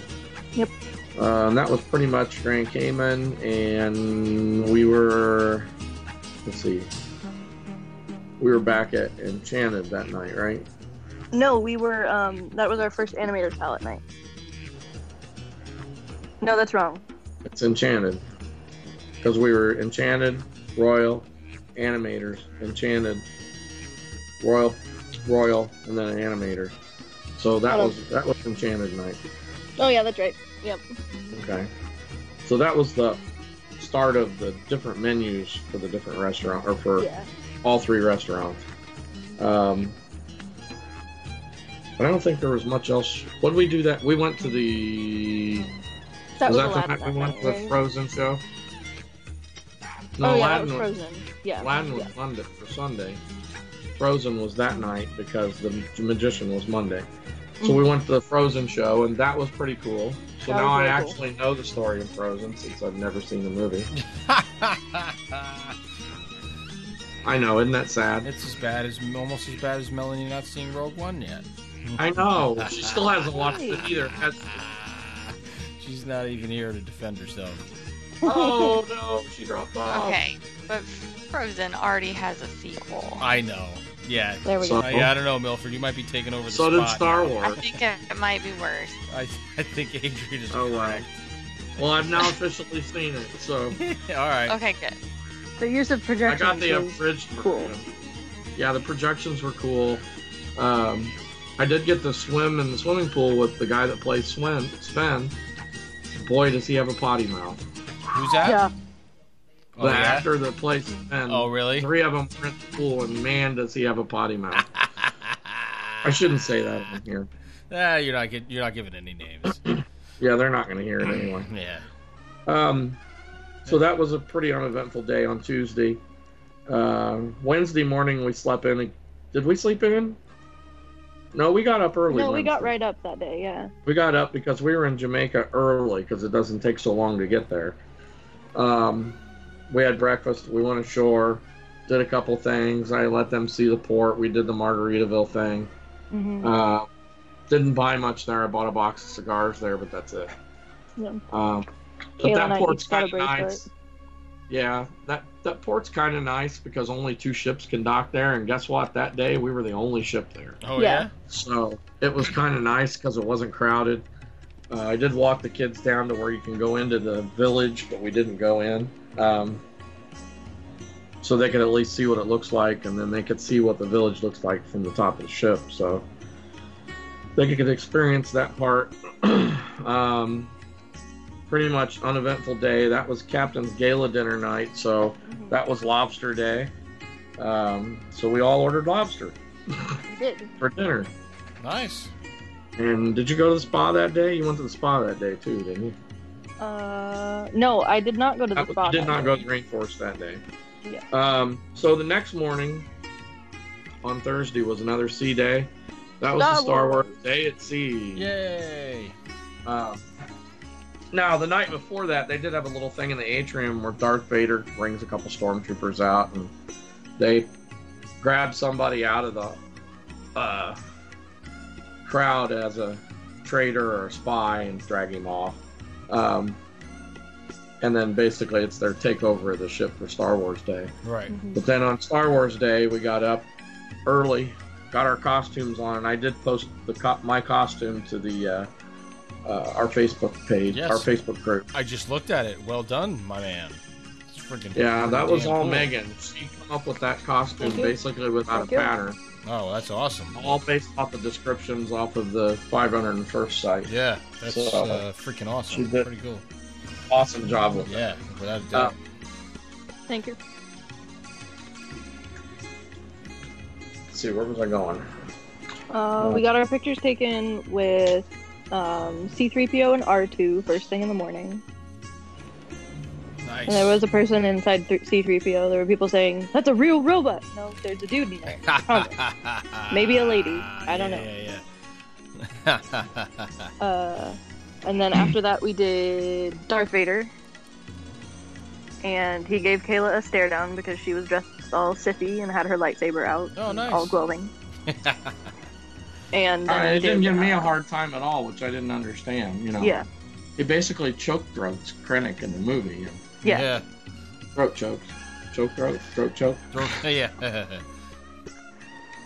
S3: Yep.
S5: Um, that was pretty much Grand Cayman, and we were. Let's see. We were back at Enchanted that night, right?
S3: No, we were. Um, that was our first animator's palette night. No, that's wrong.
S5: It's Enchanted. Because we were Enchanted, Royal, Animators, Enchanted, Royal, Royal, and then Animators. So that
S3: Hold on.
S5: was that was Enchanted night.
S3: Oh yeah, that's right. Yep.
S5: Okay. So that was the start of the different menus for the different restaurant or for
S3: Yeah.
S5: all three restaurants. Um, but I don't think there was much else. What did we do that? We went to the.
S3: That was,
S5: that the
S3: Aladdin.
S5: night we
S3: that
S5: went
S3: night,
S5: to the
S3: right?
S5: Frozen show? No,
S3: oh yeah,
S5: Aladdin
S3: that
S5: was,
S3: was Frozen. Yeah.
S5: Aladdin was
S3: yeah.
S5: Monday for Sunday. Frozen was that night because the magician was Monday. So we went to the Frozen show, and that was pretty cool. So
S3: Mm. That
S5: now
S3: was
S5: I
S3: really cool.
S5: actually know the story of Frozen since I've never seen the movie. I know, isn't that sad?
S2: it's as bad as almost as bad as Melanie not seeing Rogue One yet.
S5: I know. She still hasn't watched it either. Has-
S2: She's not even here to defend herself.
S5: Oh no, she dropped off.
S7: Okay, but Frozen already has a sequel.
S2: I know. Yeah.
S3: There we
S5: So-
S3: go. Oh,
S2: I, yeah, I don't know, Milford. You might be taking over the
S5: So did
S2: spot.
S5: Star
S7: I
S5: Wars.
S7: think it, it might be worse.
S2: I, I think Adrian is
S5: Oh, wow.
S2: correct.
S5: Well, I've now officially seen it, so
S2: All right.
S3: Uh,
S7: Okay, good.
S3: The use of
S5: I
S3: projection.
S5: got the
S3: was-
S5: abridged
S3: cool.
S5: version. Yeah, the projections were cool. Um, I did get to swim in the swimming pool with the guy that plays Sven. Sven. Boy, does he have a potty mouth.
S2: Who's that?
S3: Yeah.
S2: Oh,
S5: the
S2: yeah?
S5: actor that plays Sven.
S2: Oh, really?
S5: Three of them were in the pool, and man, does he have a potty mouth. I shouldn't say that on here.
S2: Ah, you're not get, you're not giving any names.
S5: Yeah, they're not going to hear it anyway.
S2: yeah.
S5: Um, so that was a pretty uneventful day on Tuesday. Uh, Wednesday morning, we slept in. Did we sleep in? No, we got up early.
S3: No, we got
S5: Wednesday.
S3: right up that day. Yeah.
S5: We got up because we were in Jamaica early because it doesn't take so long to get there. Um, we had breakfast. We went ashore, did a couple things. I let them see the port. We did the Margaritaville thing.
S3: hmm
S5: Uh, didn't buy much there. I bought a box of cigars there, but that's it.
S3: Yeah.
S5: Um, But
S3: Kayla and
S5: that
S3: I
S5: port's
S3: each got a
S5: kind of nice.
S3: bracelet.
S5: Yeah, that that port's kind of nice because only two ships can dock there, and guess what? That day we were the only ship there,
S2: Oh yeah.
S3: Yeah.
S5: so it was kind of nice because it wasn't crowded. Uh, I did walk the kids down to where you can go into the village, but we didn't go in, um, so they could at least see what it looks like, and then they could see what the village looks like from the top of the ship. So they could experience that part. um, pretty much uneventful day. That was Captain's gala dinner night, so
S3: Mm-hmm.
S5: that was lobster day. Um, so we all ordered lobster
S3: You did.
S5: for dinner.
S2: Nice.
S5: And did you go to the spa that day? You went to the spa that day too, didn't you?
S3: Uh, no, I did not go to the
S5: I
S3: spa.
S5: did
S3: that
S5: not
S3: day.
S5: go to the rainforest that day.
S3: Yeah.
S5: Um, so the next morning on Thursday was another sea day. That was the
S4: Star
S5: Star Wars
S4: Wars.
S5: Day at Sea.
S2: Yay.
S5: Um, now, the night before that, they did have a little thing in the atrium where Darth Vader brings a couple stormtroopers out, and they grab somebody out of the uh, crowd as a traitor or a spy and drag him off. Um, and then basically, it's their takeover of the ship for Star Wars Day.
S2: Right.
S3: Mhm.
S5: But then on Star Wars Day, we got up early, got our costumes on, and I did post the co- my costume to the uh, uh, our Facebook page,
S2: Yes.
S5: our Facebook group.
S2: I just looked at it. Well done, my man. It's freaking
S5: Yeah, that was
S2: damn
S5: all
S2: cool.
S5: Megan. She came up with that costume
S3: Thank you.
S5: basically without
S4: Thank
S5: a
S4: you.
S5: pattern,
S2: Oh, that's awesome.
S5: all based off the descriptions off of the 501st site.
S2: Yeah, that's
S5: So,
S2: uh, freaking awesome.
S5: she did- Uh,
S2: Pretty cool.
S5: Awesome job with
S2: Yeah, without a doubt.
S3: Thank you.
S5: it. Let's see, where was I going?
S3: Uh, we got our pictures taken with um, C3PO and R2 first thing in the morning.
S2: Nice.
S3: And there was a person inside th- C3PO. There were people saying, That's a real robot! No, there's a dude in there. Promise. Maybe a lady. I don't
S2: Yeah,
S3: know.
S2: Yeah, yeah.
S3: Uh, and then after that, we did Darth Vader. And he gave Kayla a stare down because she was dressed all Sithy and had her lightsaber out,
S2: Oh,
S3: and
S2: nice.
S3: all glowing. And
S5: Uh,
S3: then we
S5: it didn't
S3: did,
S5: give me a
S3: uh,
S5: hard time at all, which I didn't understand. You know,
S3: Yeah,
S5: he basically choke throats Krennic in the movie.
S3: yeah.
S2: Yeah.
S5: Throat chokes, choke throat, throat choke.
S2: Throw- yeah.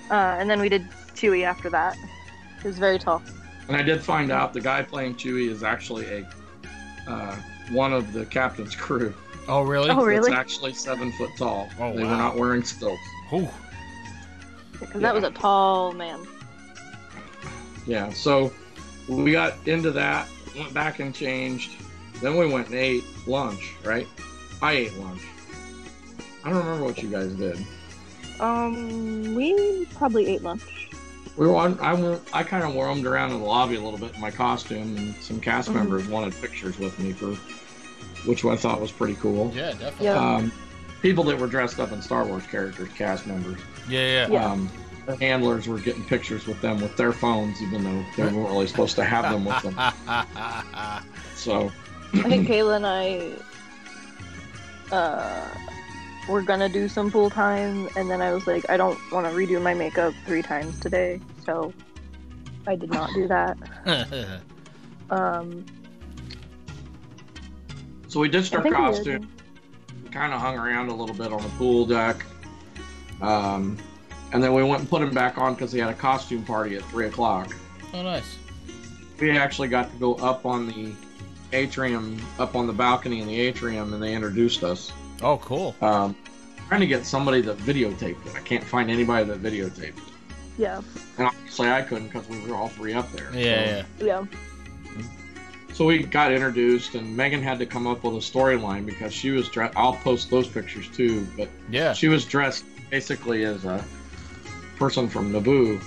S3: Uh, and then we did Chewie after that. He was very tall.
S5: And I did find out the guy playing Chewie is actually a uh, one of the captain's crew.
S2: oh, really?
S3: Oh, really?
S5: It's actually seven foot tall.
S2: Oh,
S5: they were
S2: wow.
S5: not wearing stilts.
S2: Ooh.
S3: Because that was a tall man.
S5: Yeah. So we got into that, went back and changed. Then we went and ate lunch. Right? I ate lunch. I don't remember what you guys did.
S3: Um, we probably ate lunch.
S5: We were on. I wa- I kind of roamed around in the lobby a little bit in my costume, and some cast
S3: Mhm.
S5: members wanted pictures with me for, which I thought was pretty cool.
S2: Yeah, definitely.
S3: Yeah.
S5: um, people that were dressed up in Star Wars characters, cast members.
S2: Yeah, yeah.
S3: Yeah.
S5: Um, their handlers were getting pictures with them with their phones, even though they weren't really supposed to have them with them. So,
S3: I think Kayla and I uh, were gonna do some pool time, and then I was like, I don't want to redo my makeup three times today, so I did not do that. Um,
S5: so we ditched
S3: I
S5: our
S3: think we did.
S5: costume, kind of hung around a little bit on the pool deck, um, and then we went and put him back on because he had a costume party at three o'clock.
S2: oh, nice.
S5: we actually got to go up on the atrium, up on the balcony in the atrium, and they introduced us.
S2: Oh, cool.
S5: Um, trying to get somebody that videotaped it. I can't find anybody that videotaped it.
S3: yeah,
S5: And obviously, I couldn't because we were all three up there.
S2: Yeah,
S5: so.
S2: yeah.
S3: yeah,
S5: So we got introduced, and Megan had to come up with a storyline because she was dressed. I'll post those pictures too, but
S2: Yeah.
S5: she was dressed basically as a person from Naboo.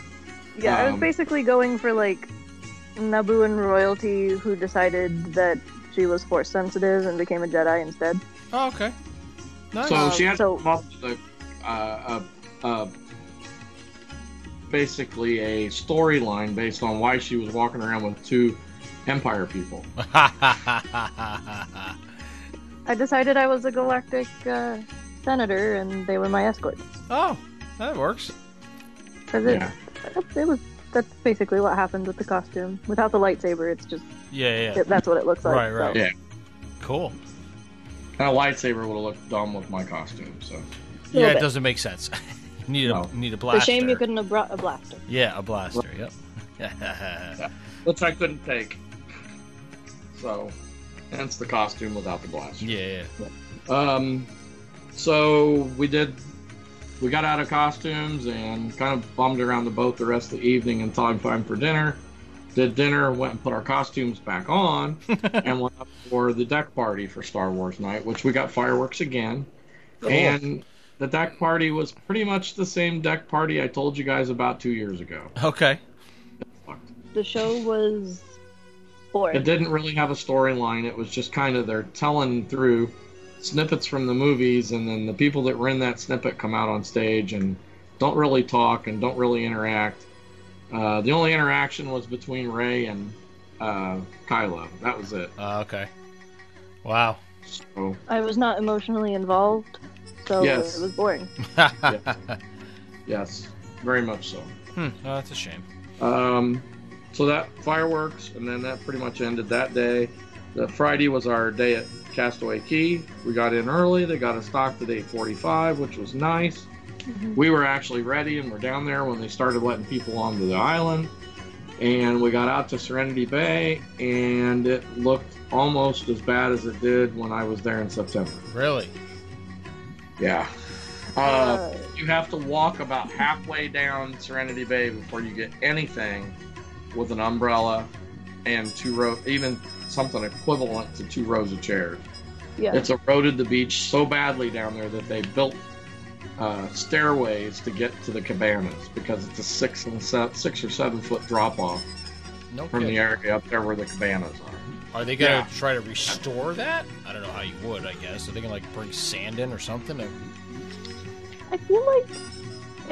S3: yeah. I was
S5: Um,
S3: basically going for like Naboo and royalty who decided that she was force sensitive and became a Jedi instead.
S2: Oh, okay. Nice.
S5: So
S3: Um,
S5: she had
S3: so-
S5: to come up with a, uh, a, a, basically a storyline based on why she was walking around with two Empire people.
S3: I decided I was a galactic uh, senator, and they were my escorts.
S2: oh, that works.
S3: Because it, it was that's basically what happens with the costume. Without the lightsaber, it's just
S2: Yeah, yeah.
S3: it, that's what it looks like.
S2: Right, right.
S3: so.
S5: Yeah.
S2: Cool.
S5: And a lightsaber would have looked dumb with my costume. So
S2: Yeah, it
S3: bit.
S2: doesn't make sense. you need a
S5: No.
S2: you need a
S3: It's a
S2: blaster.
S3: shame you couldn't have brought a blaster.
S2: Yeah, a blaster. Yep.
S5: which I couldn't take. So hence the costume without the blaster.
S2: yeah.
S5: Um, so we did. We got out of costumes and kind of bummed around the boat the rest of the evening until I'm time for dinner. Did dinner, went and put our costumes back on, and went up for the deck party for Star Wars night, which we got fireworks again. And the deck party was pretty much the same deck party I told you guys about two years ago.
S2: Okay.
S3: The show was
S5: It
S3: boring.
S5: didn't really have a storyline. It was just kind of they're telling through snippets from the movies, and then the people that were in that snippet come out on stage and don't really talk and don't really interact. Uh, the only interaction was between Ray and uh, Kylo. That was it.
S2: Uh, okay. Wow.
S5: So
S3: I was not emotionally involved, so
S5: Yes.
S3: it was boring.
S5: yes, very much so.
S2: Hmm. Oh, that's a shame.
S5: Um, so that fireworks, and then that pretty much ended that day. The Friday was our day at Castaway Key. We got in early. They got us docked at 8:45, which was nice. We were actually ready, and we're down there when they started letting people onto the island. And we got out to Serenity Bay, and it looked almost as bad as it did when I was there in September.
S2: Really?
S5: Yeah. uh,
S3: Uh,
S5: you have to walk about halfway down Serenity Bay before you get anything with an umbrella and two rows, even something equivalent to two rows of chairs.
S3: yeah.
S5: It's eroded the beach so badly down there that they built uh, stairways to get to the cabanas because it's a six and se- six or seven foot drop off
S2: No
S5: from
S2: kidding.
S5: the area up there where the cabanas are.
S2: Are they gonna
S5: Yeah.
S2: try to restore that? I don't know how you would. I guess are they gonna like bring sand in or something?
S3: I feel like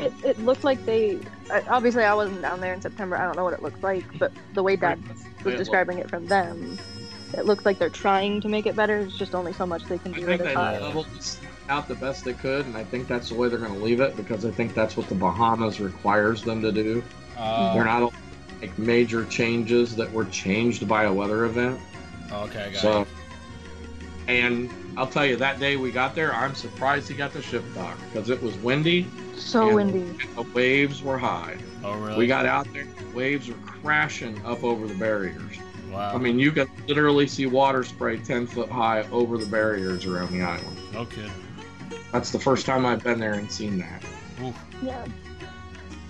S3: it, it looked like they. I, obviously, I wasn't down there in September. I don't know what it looked like, but the way Dad was describing it from them, it looks like they're trying to make it better. It's just only so much they can
S5: I
S3: do
S5: think
S3: at
S5: they
S3: a time.
S5: leveled this out the best they could, and I think that's the way they're going to leave it because I think that's what the Bahamas requires them to do. They're
S2: Uh,
S5: not all, like major changes that were changed by a weather event.
S2: Oh, okay, I got
S5: So,
S2: it.
S5: and I'll tell you, that day we got there, I'm surprised he got the ship dock because it was windy
S3: So
S5: Yeah.
S3: windy.
S5: and the waves were high.
S2: Oh, really?
S5: We got out there, the waves were crashing up over the barriers.
S2: Wow.
S5: I mean, you could literally see water spray 10 foot high over the barriers around the island.
S2: no kid.
S5: That's the first time I've been there and seen that.
S3: Yeah.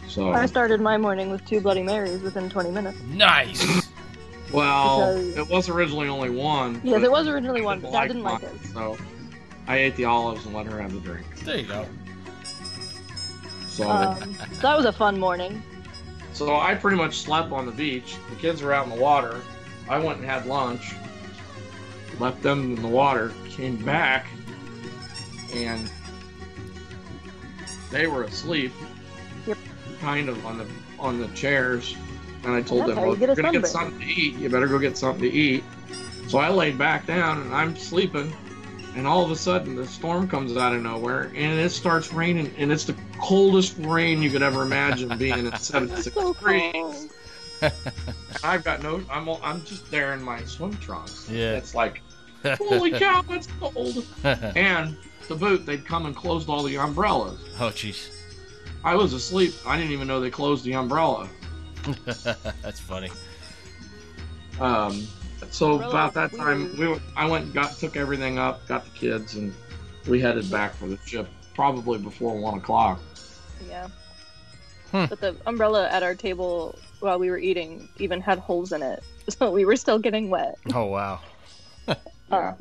S5: So,
S3: I started my morning with two Bloody Marys within 20 minutes.
S2: Nice.
S5: well,
S3: Because-
S5: it was originally only one.
S3: Yeah,
S5: but-
S3: there was originally one, but Dad
S5: Like
S3: didn't like
S5: mine,
S3: it.
S5: So I ate the olives and let her have the drink.
S2: there you go.
S5: So
S3: Um, so that was a fun morning.
S5: so I pretty much slept on the beach. The kids were out in the water. I went and had lunch. Left them in the water. Came back, and they were asleep.
S3: Yep.
S5: Kind of on the on the chairs. And I told
S3: That's
S5: them,
S3: how
S5: well,
S3: you
S5: if
S3: get
S5: you're
S3: a
S5: gonna get
S3: sunburn."
S5: something to eat. You better go get something to eat. So I laid back down and I'm sleeping. and all of a sudden the storm comes out of nowhere and it starts raining and it's the coldest rain you could ever imagine being at 76
S3: So
S5: degrees
S3: cold.
S5: i've got no i'm all- i'm just there in my swim trunks
S2: Yeah.
S5: it's like holy cow that's cold
S2: oh,
S5: and to boot they'd come and closed all the umbrellas
S2: jeez.
S5: i was asleep i didn't even know they closed the umbrella
S2: That's funny.
S5: Um, so
S3: Umbrella
S5: about that
S3: is
S5: time, we were, I went and got took everything up, got the kids, and we headed back for the ship probably before one o'clock.
S3: Yeah.
S2: Hmm.
S3: But the umbrella at our table while we were eating even had holes in it, so we were still getting wet.
S2: Oh wow.
S5: Yeah.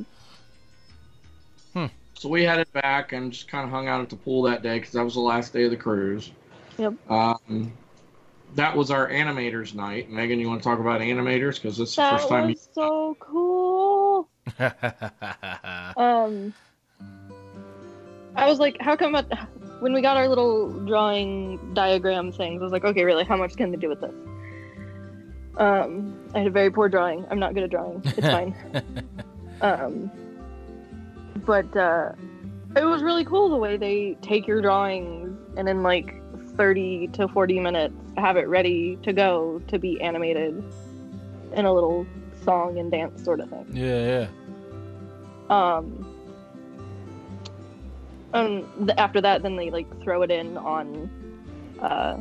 S3: Um,
S5: So we headed back and just kind of hung out at the pool that day because that was the last day of the cruise.
S3: Yep.
S5: Um, that was our animators night. Megan, you want to talk about animators because this is the
S3: that
S5: first time. You...
S3: was so cool. Um, I was like, how come at, when we got our little drawing diagram things, I was like, okay, really, how much can they do with this? Um, I had a very poor drawing. I'm not good at drawing. It's fine. Um, but uh, it was really cool the way they take your drawings and in like 30 to 40 minutes have it ready to go to be animated in a little song and dance sort of thing.
S2: yeah, yeah.
S3: Um, and th- after that, then they like throw it in on uh,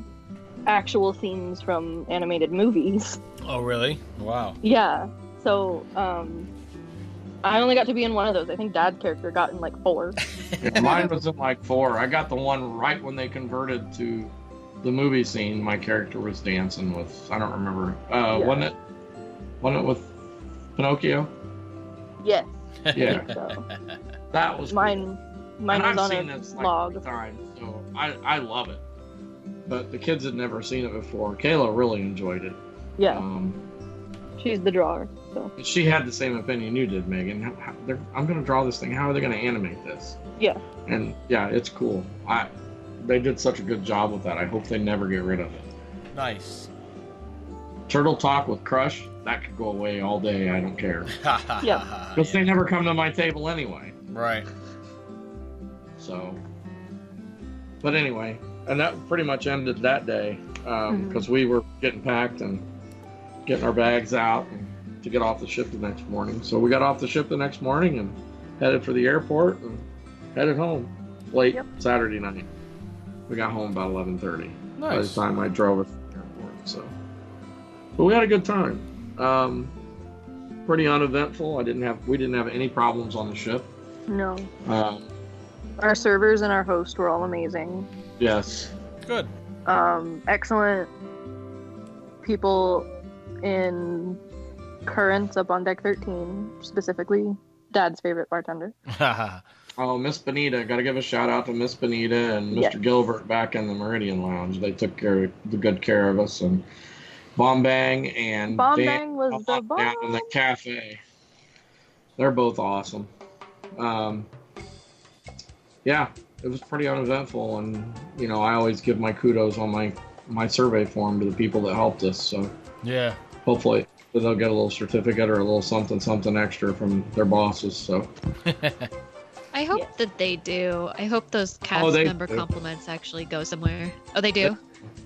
S3: actual scenes from animated movies.
S2: Oh, really? Wow.
S3: Yeah. So um, I only got to be in one of those. I think Dad's character got in like four.
S5: Yeah, mine was in like four. I got the one right when they converted to the movie scene. My character was dancing with. I don't remember. Uh,
S3: Yeah.
S5: Wasn't it? Wasn't it with Pinocchio?
S3: yes.
S5: Yeah,
S3: So
S5: that was cool.
S3: mine, mine
S5: and I've
S3: was on
S5: seen
S3: a
S5: this like
S3: log.
S5: three times, so I I love it. But the kids had never seen it before. Kayla really enjoyed it.
S3: Yeah,
S5: Um,
S3: she's the drawer. So
S5: she had the same opinion you did, Megan. How, how, they're- I'm going to draw this thing. How are they going to animate this?
S3: Yeah.
S5: And yeah, it's cool. I they did such a good job with that. I hope they never get rid of it.
S2: Nice.
S5: Turtle Talk with Crush, that could go away all day. I don't care.
S2: yeah.
S5: Because they never come to my table anyway.
S2: Right.
S5: So, but anyway, and that pretty much ended that day because
S6: Mhm.
S5: we were getting packed and getting our bags out and to get off the ship the next morning. So we got off the ship the next morning and headed for the airport and headed home late
S3: Yep.
S5: Saturday night. We got home about eleven thirty by the
S2: Nice.
S5: time I drove it from the airport. So, but we had a good time. Um, pretty uneventful. I didn't have we didn't have any problems on the ship.
S3: no,
S5: Um,
S3: our servers and our host were all amazing.
S5: yes.
S2: Good.
S3: Um, excellent people in currents up on deck thirteen, specifically Dad's favorite bartender.
S5: Oh, Miss Benita. Got to give a shout out to Miss Benita and Mr.
S3: Yes.
S5: Gilbert back in the Meridian Lounge. They took care, the good care of us and Bombang and
S3: Bomb
S5: Dan
S3: Bang was the bomb.
S5: down in the cafe. They're both awesome. Um, yeah, it was pretty uneventful, and you know I always give my kudos on my my survey form to the people that helped us. So
S2: yeah.
S5: hopefully they'll get a little certificate or a little something something extra from their bosses. So
S6: I hope
S3: Yes.
S6: that they do. I hope those cast
S5: they
S6: member
S5: do.
S6: compliments actually go somewhere. Oh, they do.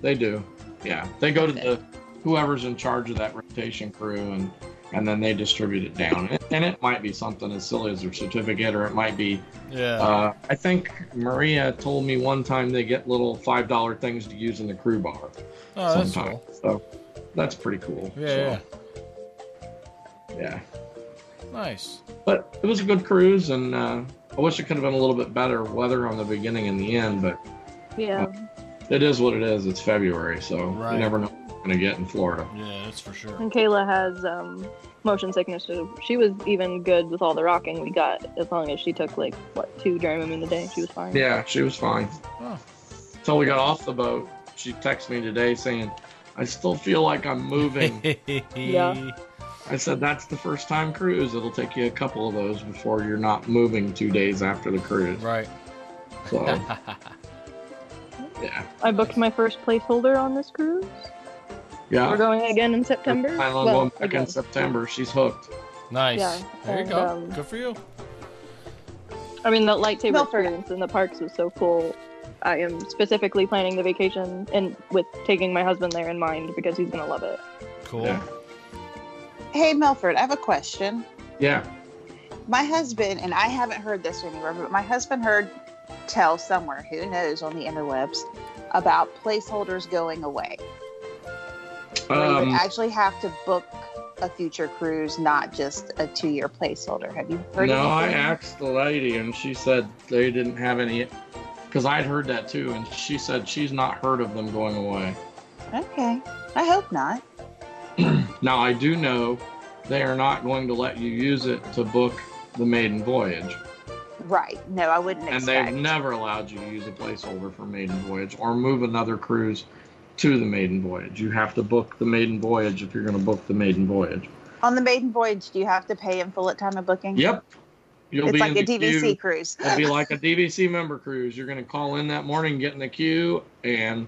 S5: They do. Yeah. They go to
S6: Okay.
S5: the whoever's in charge of that rotation crew and and then they distribute it down. And- And it might be something as silly as a certificate or it might be
S2: Yeah.
S5: uh, I think Maria told me one time they get little five dollar things to use in the crew bar
S2: oh, that's
S5: sometime.
S2: cool.
S5: So that's pretty cool.
S2: Yeah,
S5: So, yeah.
S2: yeah. Nice.
S5: But it was a good cruise and uh, I wish it could have been a little bit better weather on the beginning and the end, but
S3: Yeah,
S5: it is what it is. It's February, so
S2: Right.
S5: you never know what you're gonna get in Florida.
S2: Yeah, that's for sure.
S3: and Kayla has um, motion sickness, so she was even good with all the rocking we got. As long as she took like what two Dramamine a day, she was fine.
S5: Yeah, she was fine.
S2: Oh.
S5: Until we got off the boat, she texted me today saying, I still feel like I'm moving.
S2: yeah.
S5: I said, That's the first time cruise. It'll take you a couple of those before you're not moving two days after the cruise.
S2: Right.
S5: So, yeah.
S3: I booked my first placeholder on this cruise. We're
S5: Yeah.
S3: going again in September.
S5: I love
S3: Well,
S5: going Oh. back in
S3: again.
S5: September. She's hooked.
S2: nice.
S3: Yeah,
S2: there you
S3: and,
S2: go.
S3: um,
S2: Good for you.
S3: I mean, the lightsaber
S4: Milford.
S3: experience in the parks was so cool. I am specifically planning the vacation and with taking my husband there in mind because he's gonna love it.
S2: Cool.
S5: Yeah.
S4: Hey, Melford, I have a question.
S5: Yeah.
S4: My husband, and I haven't heard this anywhere, but my husband heard tell somewhere, who knows, on the interwebs, about placeholders going away. where you
S5: Um,
S4: would actually have to book a future cruise, not just a two year placeholder. Have you heard
S5: no, I
S4: anything?
S5: asked the lady, and she said they didn't have any. Because I'd heard that too, and she said she's not heard of them going away.
S4: Okay. I hope not.
S5: Now, I do know they are not going to let you use it to book the maiden voyage.
S4: Right. No, I wouldn't
S5: And
S4: expect.
S5: they've never allowed you to use a placeholder for maiden voyage or move another cruise to the maiden voyage. You have to book the maiden voyage if you're going to book the maiden voyage.
S4: On the maiden voyage, do you have to pay in full at time of booking?
S5: Yep. You'll
S4: It's
S5: be
S4: like
S5: in
S4: a
S5: the
S4: DVC
S5: queue.
S4: cruise.
S5: It'll be like a DVC member cruise. You're going to call in that morning, get in the queue, and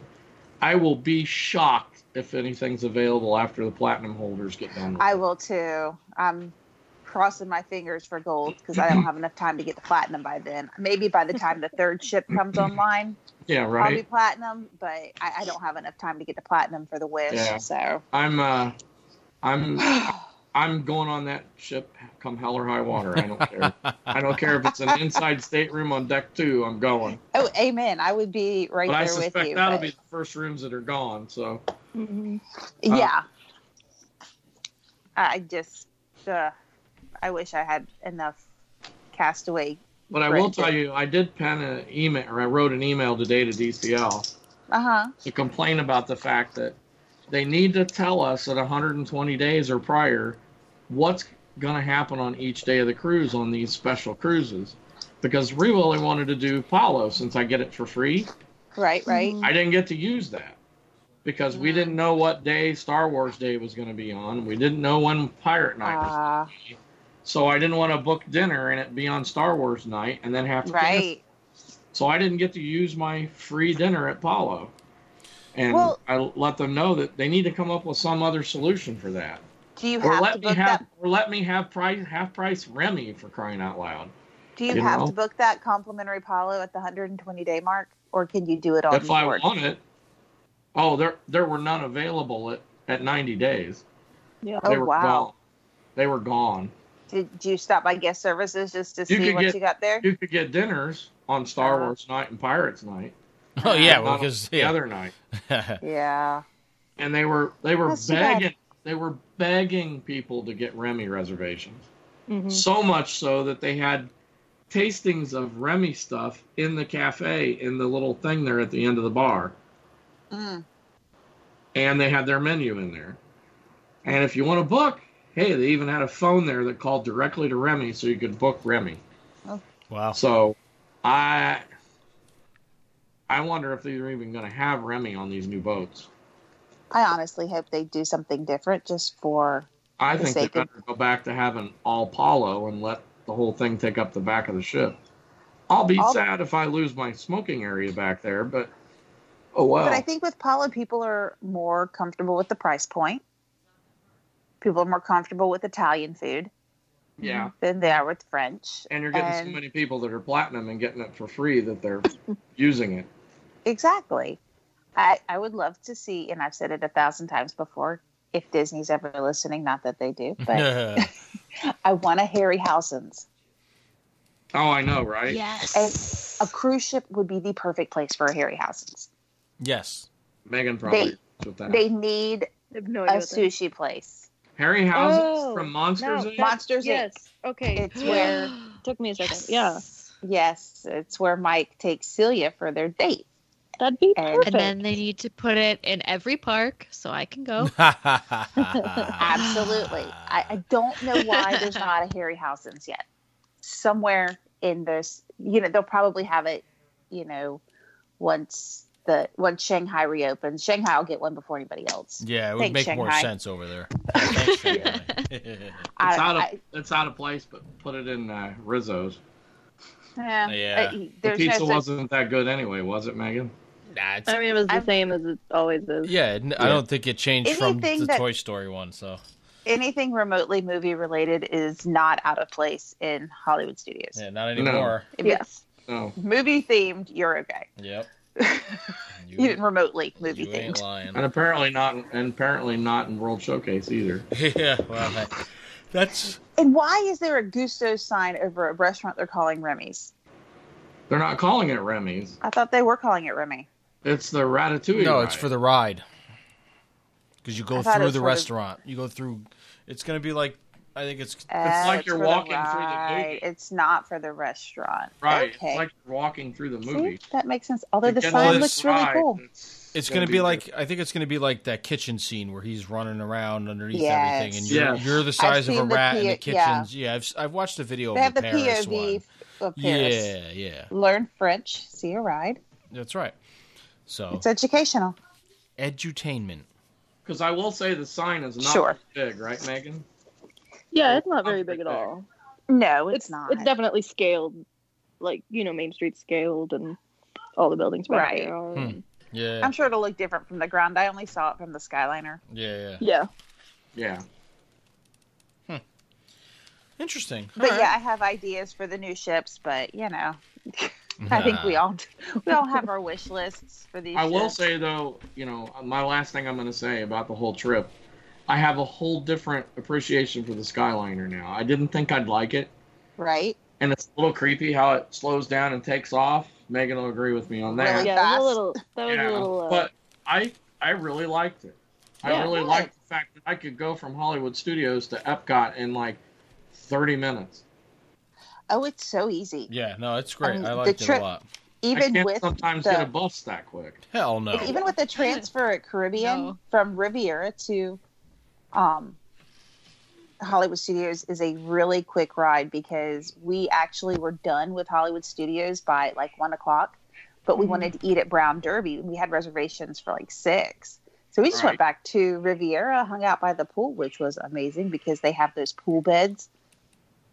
S5: I will be shocked if anything's available after the platinum holders get done. with
S4: I
S5: it.
S4: will too. I'm crossing my fingers for gold because I don't have enough time to get the platinum by then. Maybe by the time the third ship comes online,
S5: Yeah,
S4: I'll
S5: right.
S4: be platinum, but I, I don't have enough time to get the platinum for the wish.
S5: Yeah.
S4: So
S5: uh, I'm uh I'm I'm going on that ship come hell or high water. I don't care. I don't care if it's an inside stateroom on deck two. I'm going.
S4: Oh, amen. I would be right
S5: but
S4: there
S5: I
S4: with
S5: suspect
S4: you.
S5: that'll
S4: but-
S5: be the first rooms that are gone. So
S3: Mhm.
S5: uh,
S4: yeah. I just, uh, I wish I had enough castaway.
S5: But I will
S4: Right.
S5: tell you, I did pen an email, or I wrote an email today to DCL
S4: Uh huh.
S5: to complain about the fact that they need to tell us at 120 days or prior what's going to happen on each day of the cruise on these special cruises. Because we only wanted to do Apollo since I get it for free.
S4: Right, right.
S5: I didn't get to use that because we didn't know what day Star Wars Day was going to be on. We didn't know when Pirate Night was.
S4: Uh,
S5: So I didn't want to book dinner and it be on Star Wars Night and then have to cancel
S4: right.
S5: So I didn't get to use my free dinner at Palo. And
S4: Well-
S5: I let them know that they need to come up with some other solution for that.
S4: Do you
S5: Or
S4: have to
S5: let me
S4: book
S5: have
S4: that?
S5: or let me have price half price Remy for crying out loud.
S4: Do you,
S5: you
S4: have
S5: know.
S4: to book that complimentary polo at the 120 day mark, or can you do it on
S5: if I
S4: board?
S5: want it. Oh, there there were none available at, at ninety days.
S3: Yeah.
S5: they
S4: Oh,
S5: were
S4: wow.
S5: gone. They were gone.
S4: Did, did you stop by guest services just to
S5: You
S4: see
S5: could
S4: what
S5: get-
S4: you got there?
S5: You could get dinners on Star
S4: Uh-huh.
S5: Wars night and Pirates night.
S2: Oh yeah, well
S5: but not on
S2: because
S5: the other night.
S2: yeah.
S4: yeah.
S5: And they were they were
S4: That's too bad.
S5: begging they were begging people to get Remy reservations.
S4: Hmm.
S3: Mhm.
S5: So much so that they had tastings of Remy stuff in the cafe in the little thing there at the end of the bar.
S4: Mm.
S5: And they had their menu in there. And if you want to book, hey, they even had a phone there that called directly to Remy so you could book Remy.
S2: wow.
S5: So I I wonder if they're even going to have Remy on these new boats.
S4: I honestly hope they do something different just for.
S5: I
S4: The
S5: think they
S4: sake of-
S5: better go back to having all Apollo and let the whole thing take up the back of the ship. I'll be
S4: I'll-
S5: sad if I lose my smoking area back there, but oh well.
S4: But I think with Polo, people are more comfortable with the price point. People are more comfortable with Italian food
S5: yeah,
S4: than they are with French.
S5: and you're getting
S4: And-
S5: so many people that are platinum and getting it for free that they're using it.
S4: Exactly. I, I would love to see, and I've said it a thousand times before, if Disney's ever listening, not that they do, but I want a Harry Harryhausen's.
S5: Oh, I know, right?
S6: Yes.
S4: A cruise ship would be the perfect place for a Harryhausen's.
S2: yes.
S5: Megan probably
S4: They-
S5: agrees with that.
S4: They need
S3: I have no
S4: a
S3: idea. what that-
S4: sushi place.
S5: Harry Houses
S3: Oh,
S5: from Monsters.
S3: no.
S5: Inc.
S4: Monsters Inc.
S3: Yes. Okay.
S4: It's where-
S3: Took me a second. Yeah.
S4: Yes, it's where Mike takes Celia for their date.
S3: That'd be
S4: And-
S3: perfect.
S6: And then they need to put it in every park so I can go.
S5: Ah.
S4: Absolutely. I, I don't know why there's not a Harry Harryhausen's yet. Somewhere in this, you know, they'll probably have it, you know, once the once Shanghai reopens. Shanghai will get one before anybody else.
S2: yeah, it would
S4: Thanks,
S2: make more
S4: Shanghai.
S2: sense over there. Thanks, Shanghai.
S5: It's
S4: I-
S5: out of
S4: I- eh,
S5: it's out of place, but put it in uh, Rizzo's.
S4: yeah,
S2: Yeah.
S4: I-
S5: The
S4: eh, there's
S5: pizza
S4: no such-
S5: wasn't that good anyway, was it, Megan?
S2: Nah, it's-
S3: I mean, it was the
S4: I've-
S3: same as it always is.
S2: yeah, n- I
S5: Yeah.
S2: don't think it changed from
S4: Anything
S2: the
S4: that-
S2: Toy Story one. So
S4: anything remotely movie related is not out of place in Hollywood studios.
S2: yeah, not anymore.
S4: If it's
S5: No.
S4: movie themed, you're okay.
S2: Yep. You,
S4: Even remotely movie
S2: you ain't
S4: themed.
S2: lying.
S5: And apparently not, and apparently not in World Showcase either.
S2: yeah. Well, I- that's
S4: And why is there a Gusto sign over a restaurant they're calling Remy's?
S5: They're not calling it Remy's.
S4: I thought they were calling it Remy.
S5: It's the Ratatouille.
S2: no.
S5: ride.
S2: It's for the ride because you go
S4: I thought it
S2: through
S4: was
S2: the
S4: for the-
S2: restaurant. You go through. It's gonna be like I think it's
S4: Oh,
S5: like you're
S4: for
S5: walking through the
S4: ride.
S5: movie.
S4: It's not for the restaurant.
S5: right.
S4: Okay.
S5: It's like you're walking through the
S4: See?
S5: movie.
S4: that makes sense. Although
S5: You
S4: the
S5: get
S4: sign
S5: on
S4: looks
S5: this
S4: really
S5: ride,
S4: cool.
S5: and
S2: It's gonna be
S5: good.
S2: like I think it's gonna be like that kitchen scene where he's running around underneath
S4: Yes.
S2: everything, and you're,
S5: Yes.
S2: you're the size of a
S4: seen the
S2: rat in the
S4: P-
S2: kitchen.
S4: yeah.
S2: Yeah, I've s- I've watched a video
S4: They
S2: of
S4: have the
S2: Paris
S4: POV
S2: one.
S4: of Paris.
S2: Yeah, yeah,
S4: Learn French, see a ride.
S2: that's right.
S5: Oh.
S2: So
S4: It's educational.
S2: edutainment.
S5: Because I will say the sign is not
S4: Sure.
S5: big, right, Megan?
S3: Yeah, it's not very big at all.
S4: No, it's, not.
S3: It's definitely scaled, like you know, Main Street scaled, and all the buildings back
S4: Right.
S3: there are.
S2: Hmm. Yeah,
S4: I'm sure it'll look different from the ground. I only saw it from the Skyliner.
S2: yeah, yeah.
S3: Yeah.
S5: Yeah.
S2: Interesting.
S4: But yeah, I have ideas for the new ships, but you know,
S2: yeah,
S4: I think we all we all have our wish lists for these.
S5: I will
S4: ships.
S5: say though, you know, my last thing I'm going to say about the whole trip I have a whole different appreciation for the Skyliner now. I didn't think I'd like it,
S4: right?
S5: and it's a little creepy how it slows down and takes off. Megan will agree with me on that.
S4: Really?
S3: yeah, that was a
S4: fast.
S3: little. That was
S5: Yeah,
S3: a little. Uh,
S5: but I I really liked it. I
S4: Yeah,
S5: really
S4: good.
S5: liked the fact that I could go from Hollywood Studios to Epcot in like 30 minutes.
S4: Oh, it's so easy.
S2: Yeah, no, it's great.
S4: Um,
S2: I
S4: the
S2: liked it
S4: trip-
S2: a lot.
S5: I
S4: Even
S5: can't
S4: with
S5: sometimes
S4: the,
S5: get a bus that quick.
S2: Hell no.
S4: even with the transfer at Caribbean
S6: No.
S4: from Riviera to um, Hollywood Studios is a really quick ride because we actually were done with Hollywood Studios by like one o'clock, but we
S3: Mhm.
S4: wanted to eat at Brown Derby. We had reservations for like six. So we just
S5: Right.
S4: went back to Riviera, hung out by the pool, which was amazing because they have those pool beds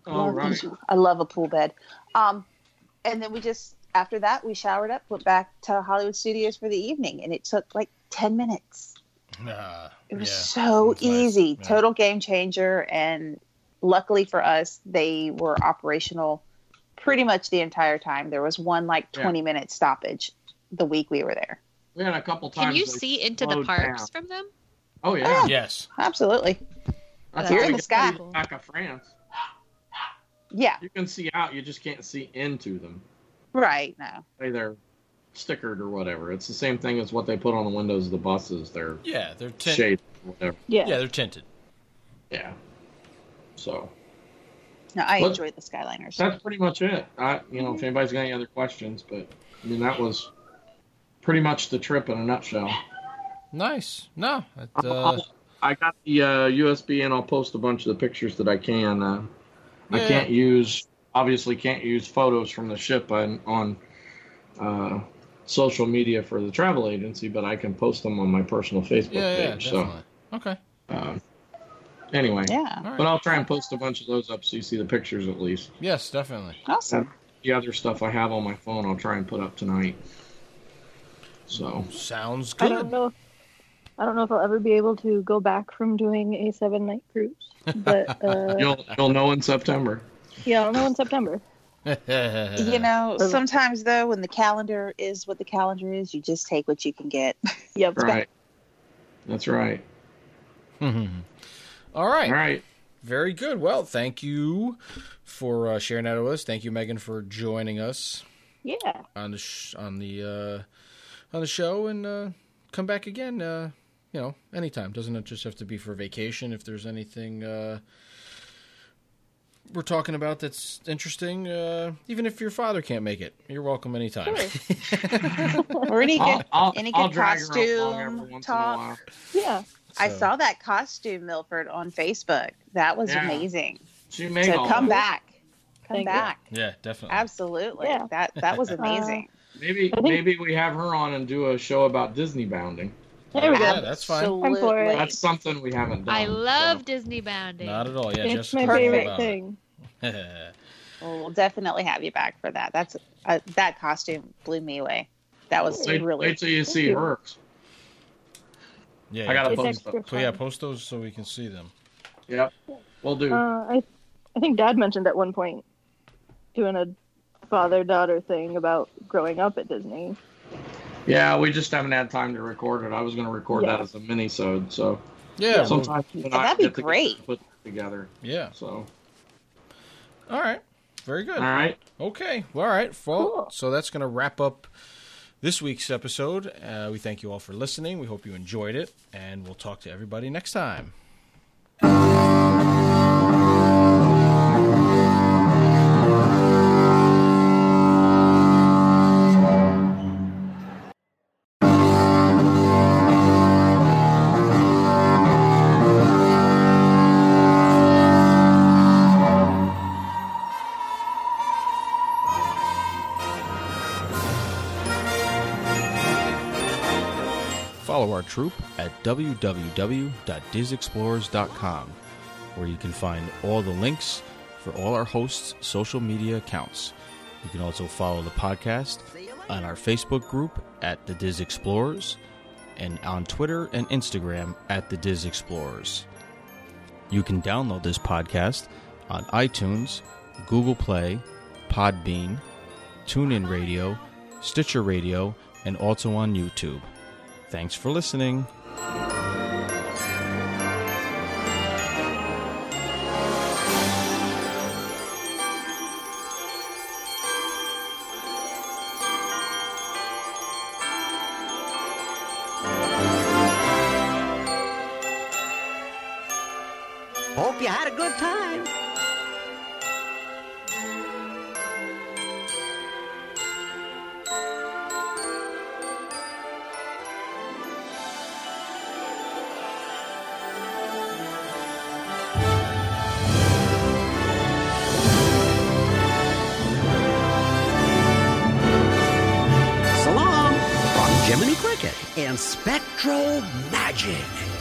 S5: Oh,
S4: Love
S5: right.
S4: these- I love a pool bed. Um, and then we just after that we showered up, went back to Hollywood Studios for the evening, and it took like ten minutes.
S2: Ah,
S4: It was
S2: yeah.
S4: so
S2: that's nice.
S4: easy,
S2: Yeah.
S4: total game changer. And luckily for us, they were operational pretty much the entire time. There was one like
S5: Yeah.
S4: twenty minute stoppage the week we were there.
S5: We had a couple times.
S6: Can you
S5: they
S6: see into the
S5: slowed
S6: parks
S5: down.
S6: from them?
S5: Oh yeah,
S2: Yes.
S4: Absolutely,
S5: that's
S6: You're
S5: how
S6: in
S4: the
S5: we get
S4: sky.
S5: to Back of France,
S4: yeah,
S5: you can see out. You just can't see into them.
S4: right. No,
S5: Say they're stickered or whatever. It's the same thing as what they put on the windows of the buses. They're
S2: Yeah, they're tinted.
S5: shaded, or whatever.
S3: yeah.
S2: Yeah, they're tinted.
S5: Yeah. So.
S4: no, I
S5: What-
S4: enjoyed the Skyliners.
S5: that's pretty much it. I, you know, if anybody's got any other questions, but I mean that was pretty much the trip in a nutshell.
S2: Nice. No. It,
S5: I'll-
S2: uh,
S5: I'll- I got the uh, USB and I'll post a bunch of the pictures that I can. Uh, I
S2: Yeah.
S5: can't use obviously can't use photos from the ship on on uh, social media for the travel agency, but I can post them on my personal Facebook
S2: yeah, yeah,
S5: page.
S2: definitely. Okay.
S5: So uh, anyway,
S4: yeah,
S2: All
S5: but uh,
S2: right.
S5: I'll try and post a bunch of those up so you see the pictures at least.
S2: Yes, definitely.
S4: awesome.
S5: the other stuff I have on my phone, I'll try and put up tonight. So
S2: Sounds
S3: I don't
S2: good.
S3: know. I don't know if I'll ever be able to go back from doing a seven night cruise, but uh,
S5: you'll you'll know in September.
S3: yeah, I'll know in September.
S5: Uh-huh.
S4: you know,
S3: Uh,
S4: sometimes though, when the calendar is what the calendar is, you just take what you can get.
S3: Yep.
S5: Right. That's right.
S2: All right.
S5: All right.
S2: Very good. Well, thank you for uh, sharing that with us. Thank you, Megan, for joining us
S3: Yeah.
S2: on the sh- on the uh, on the show, and uh, come back again. Uh, you know, anytime. Doesn't it just have to be for vacation? If there's anything uh, we're talking about that's interesting, uh, even if your father can't make it, you're welcome anytime.
S4: or any
S5: I'll,
S4: good.
S5: I'll,
S4: Any
S5: I'll
S4: good
S5: drag her along every
S4: costume
S5: once
S4: talk?
S5: in a while.
S3: Yeah.
S4: I
S2: So-
S4: saw that costume Milford on Facebook. That was
S5: Yeah.
S4: amazing.
S5: She made
S4: So
S5: all
S4: come
S5: that.
S4: back, come
S3: Thank you.
S4: back.
S2: Yeah, definitely.
S4: Absolutely.
S3: Yeah. Uh,
S4: That that was amazing.
S5: Maybe
S3: think-
S5: maybe we have her on and do a show about Disney bounding.
S3: There we go.
S2: Yeah, that's fine.
S4: Absolutely.
S3: I'm for it.
S5: That's something we haven't done.
S6: I love
S5: so.
S6: Disney bounding.
S2: Not at all. Yeah,
S3: it's
S2: just
S3: my
S4: perfect.
S3: favorite thing.
S4: Well, we'll definitely have you back for that. That's uh, that costume blew me away. That was
S5: Wait,
S4: really
S5: wait till you see
S3: you.
S5: her.
S2: yeah,
S5: I gotta
S3: It's
S5: post
S3: extra
S5: them.
S2: So yeah,
S3: fun.
S2: post those so we can see them.
S5: Yep. We'll do.
S3: Uh, I, I think Dad mentioned at one point doing a father daughter thing about growing up at Disney.
S5: yeah, we just haven't had time to record it. I was going to record
S3: Yeah.
S5: that as a mini-sode, so
S2: Yeah. well,
S5: sometimes you and
S4: Yeah,
S5: I
S4: that'd be
S5: get together
S4: great.
S5: and Put it together.
S2: yeah.
S5: So,
S2: All right. Very good.
S5: all right.
S2: Okay. Well, all right. Well,
S3: Cool.
S2: So that's going to wrap up this week's episode. Uh, we thank you all for listening. We hope you enjoyed it, and we'll talk to everybody next time. Follow our troop at www.disexplorers.com, where you can find all the links for all our hosts' social media accounts. You can also follow the podcast on our Facebook group at The Diz Explorers and on Twitter and Instagram at The Diz Explorers. You can download this podcast on iTunes, Google Play, Podbean, TuneIn Radio, Stitcher Radio, and also on YouTube. Thanks for listening.
S8: Hope you had a good time. So long from Jiminy Cricket and Spectro Magic.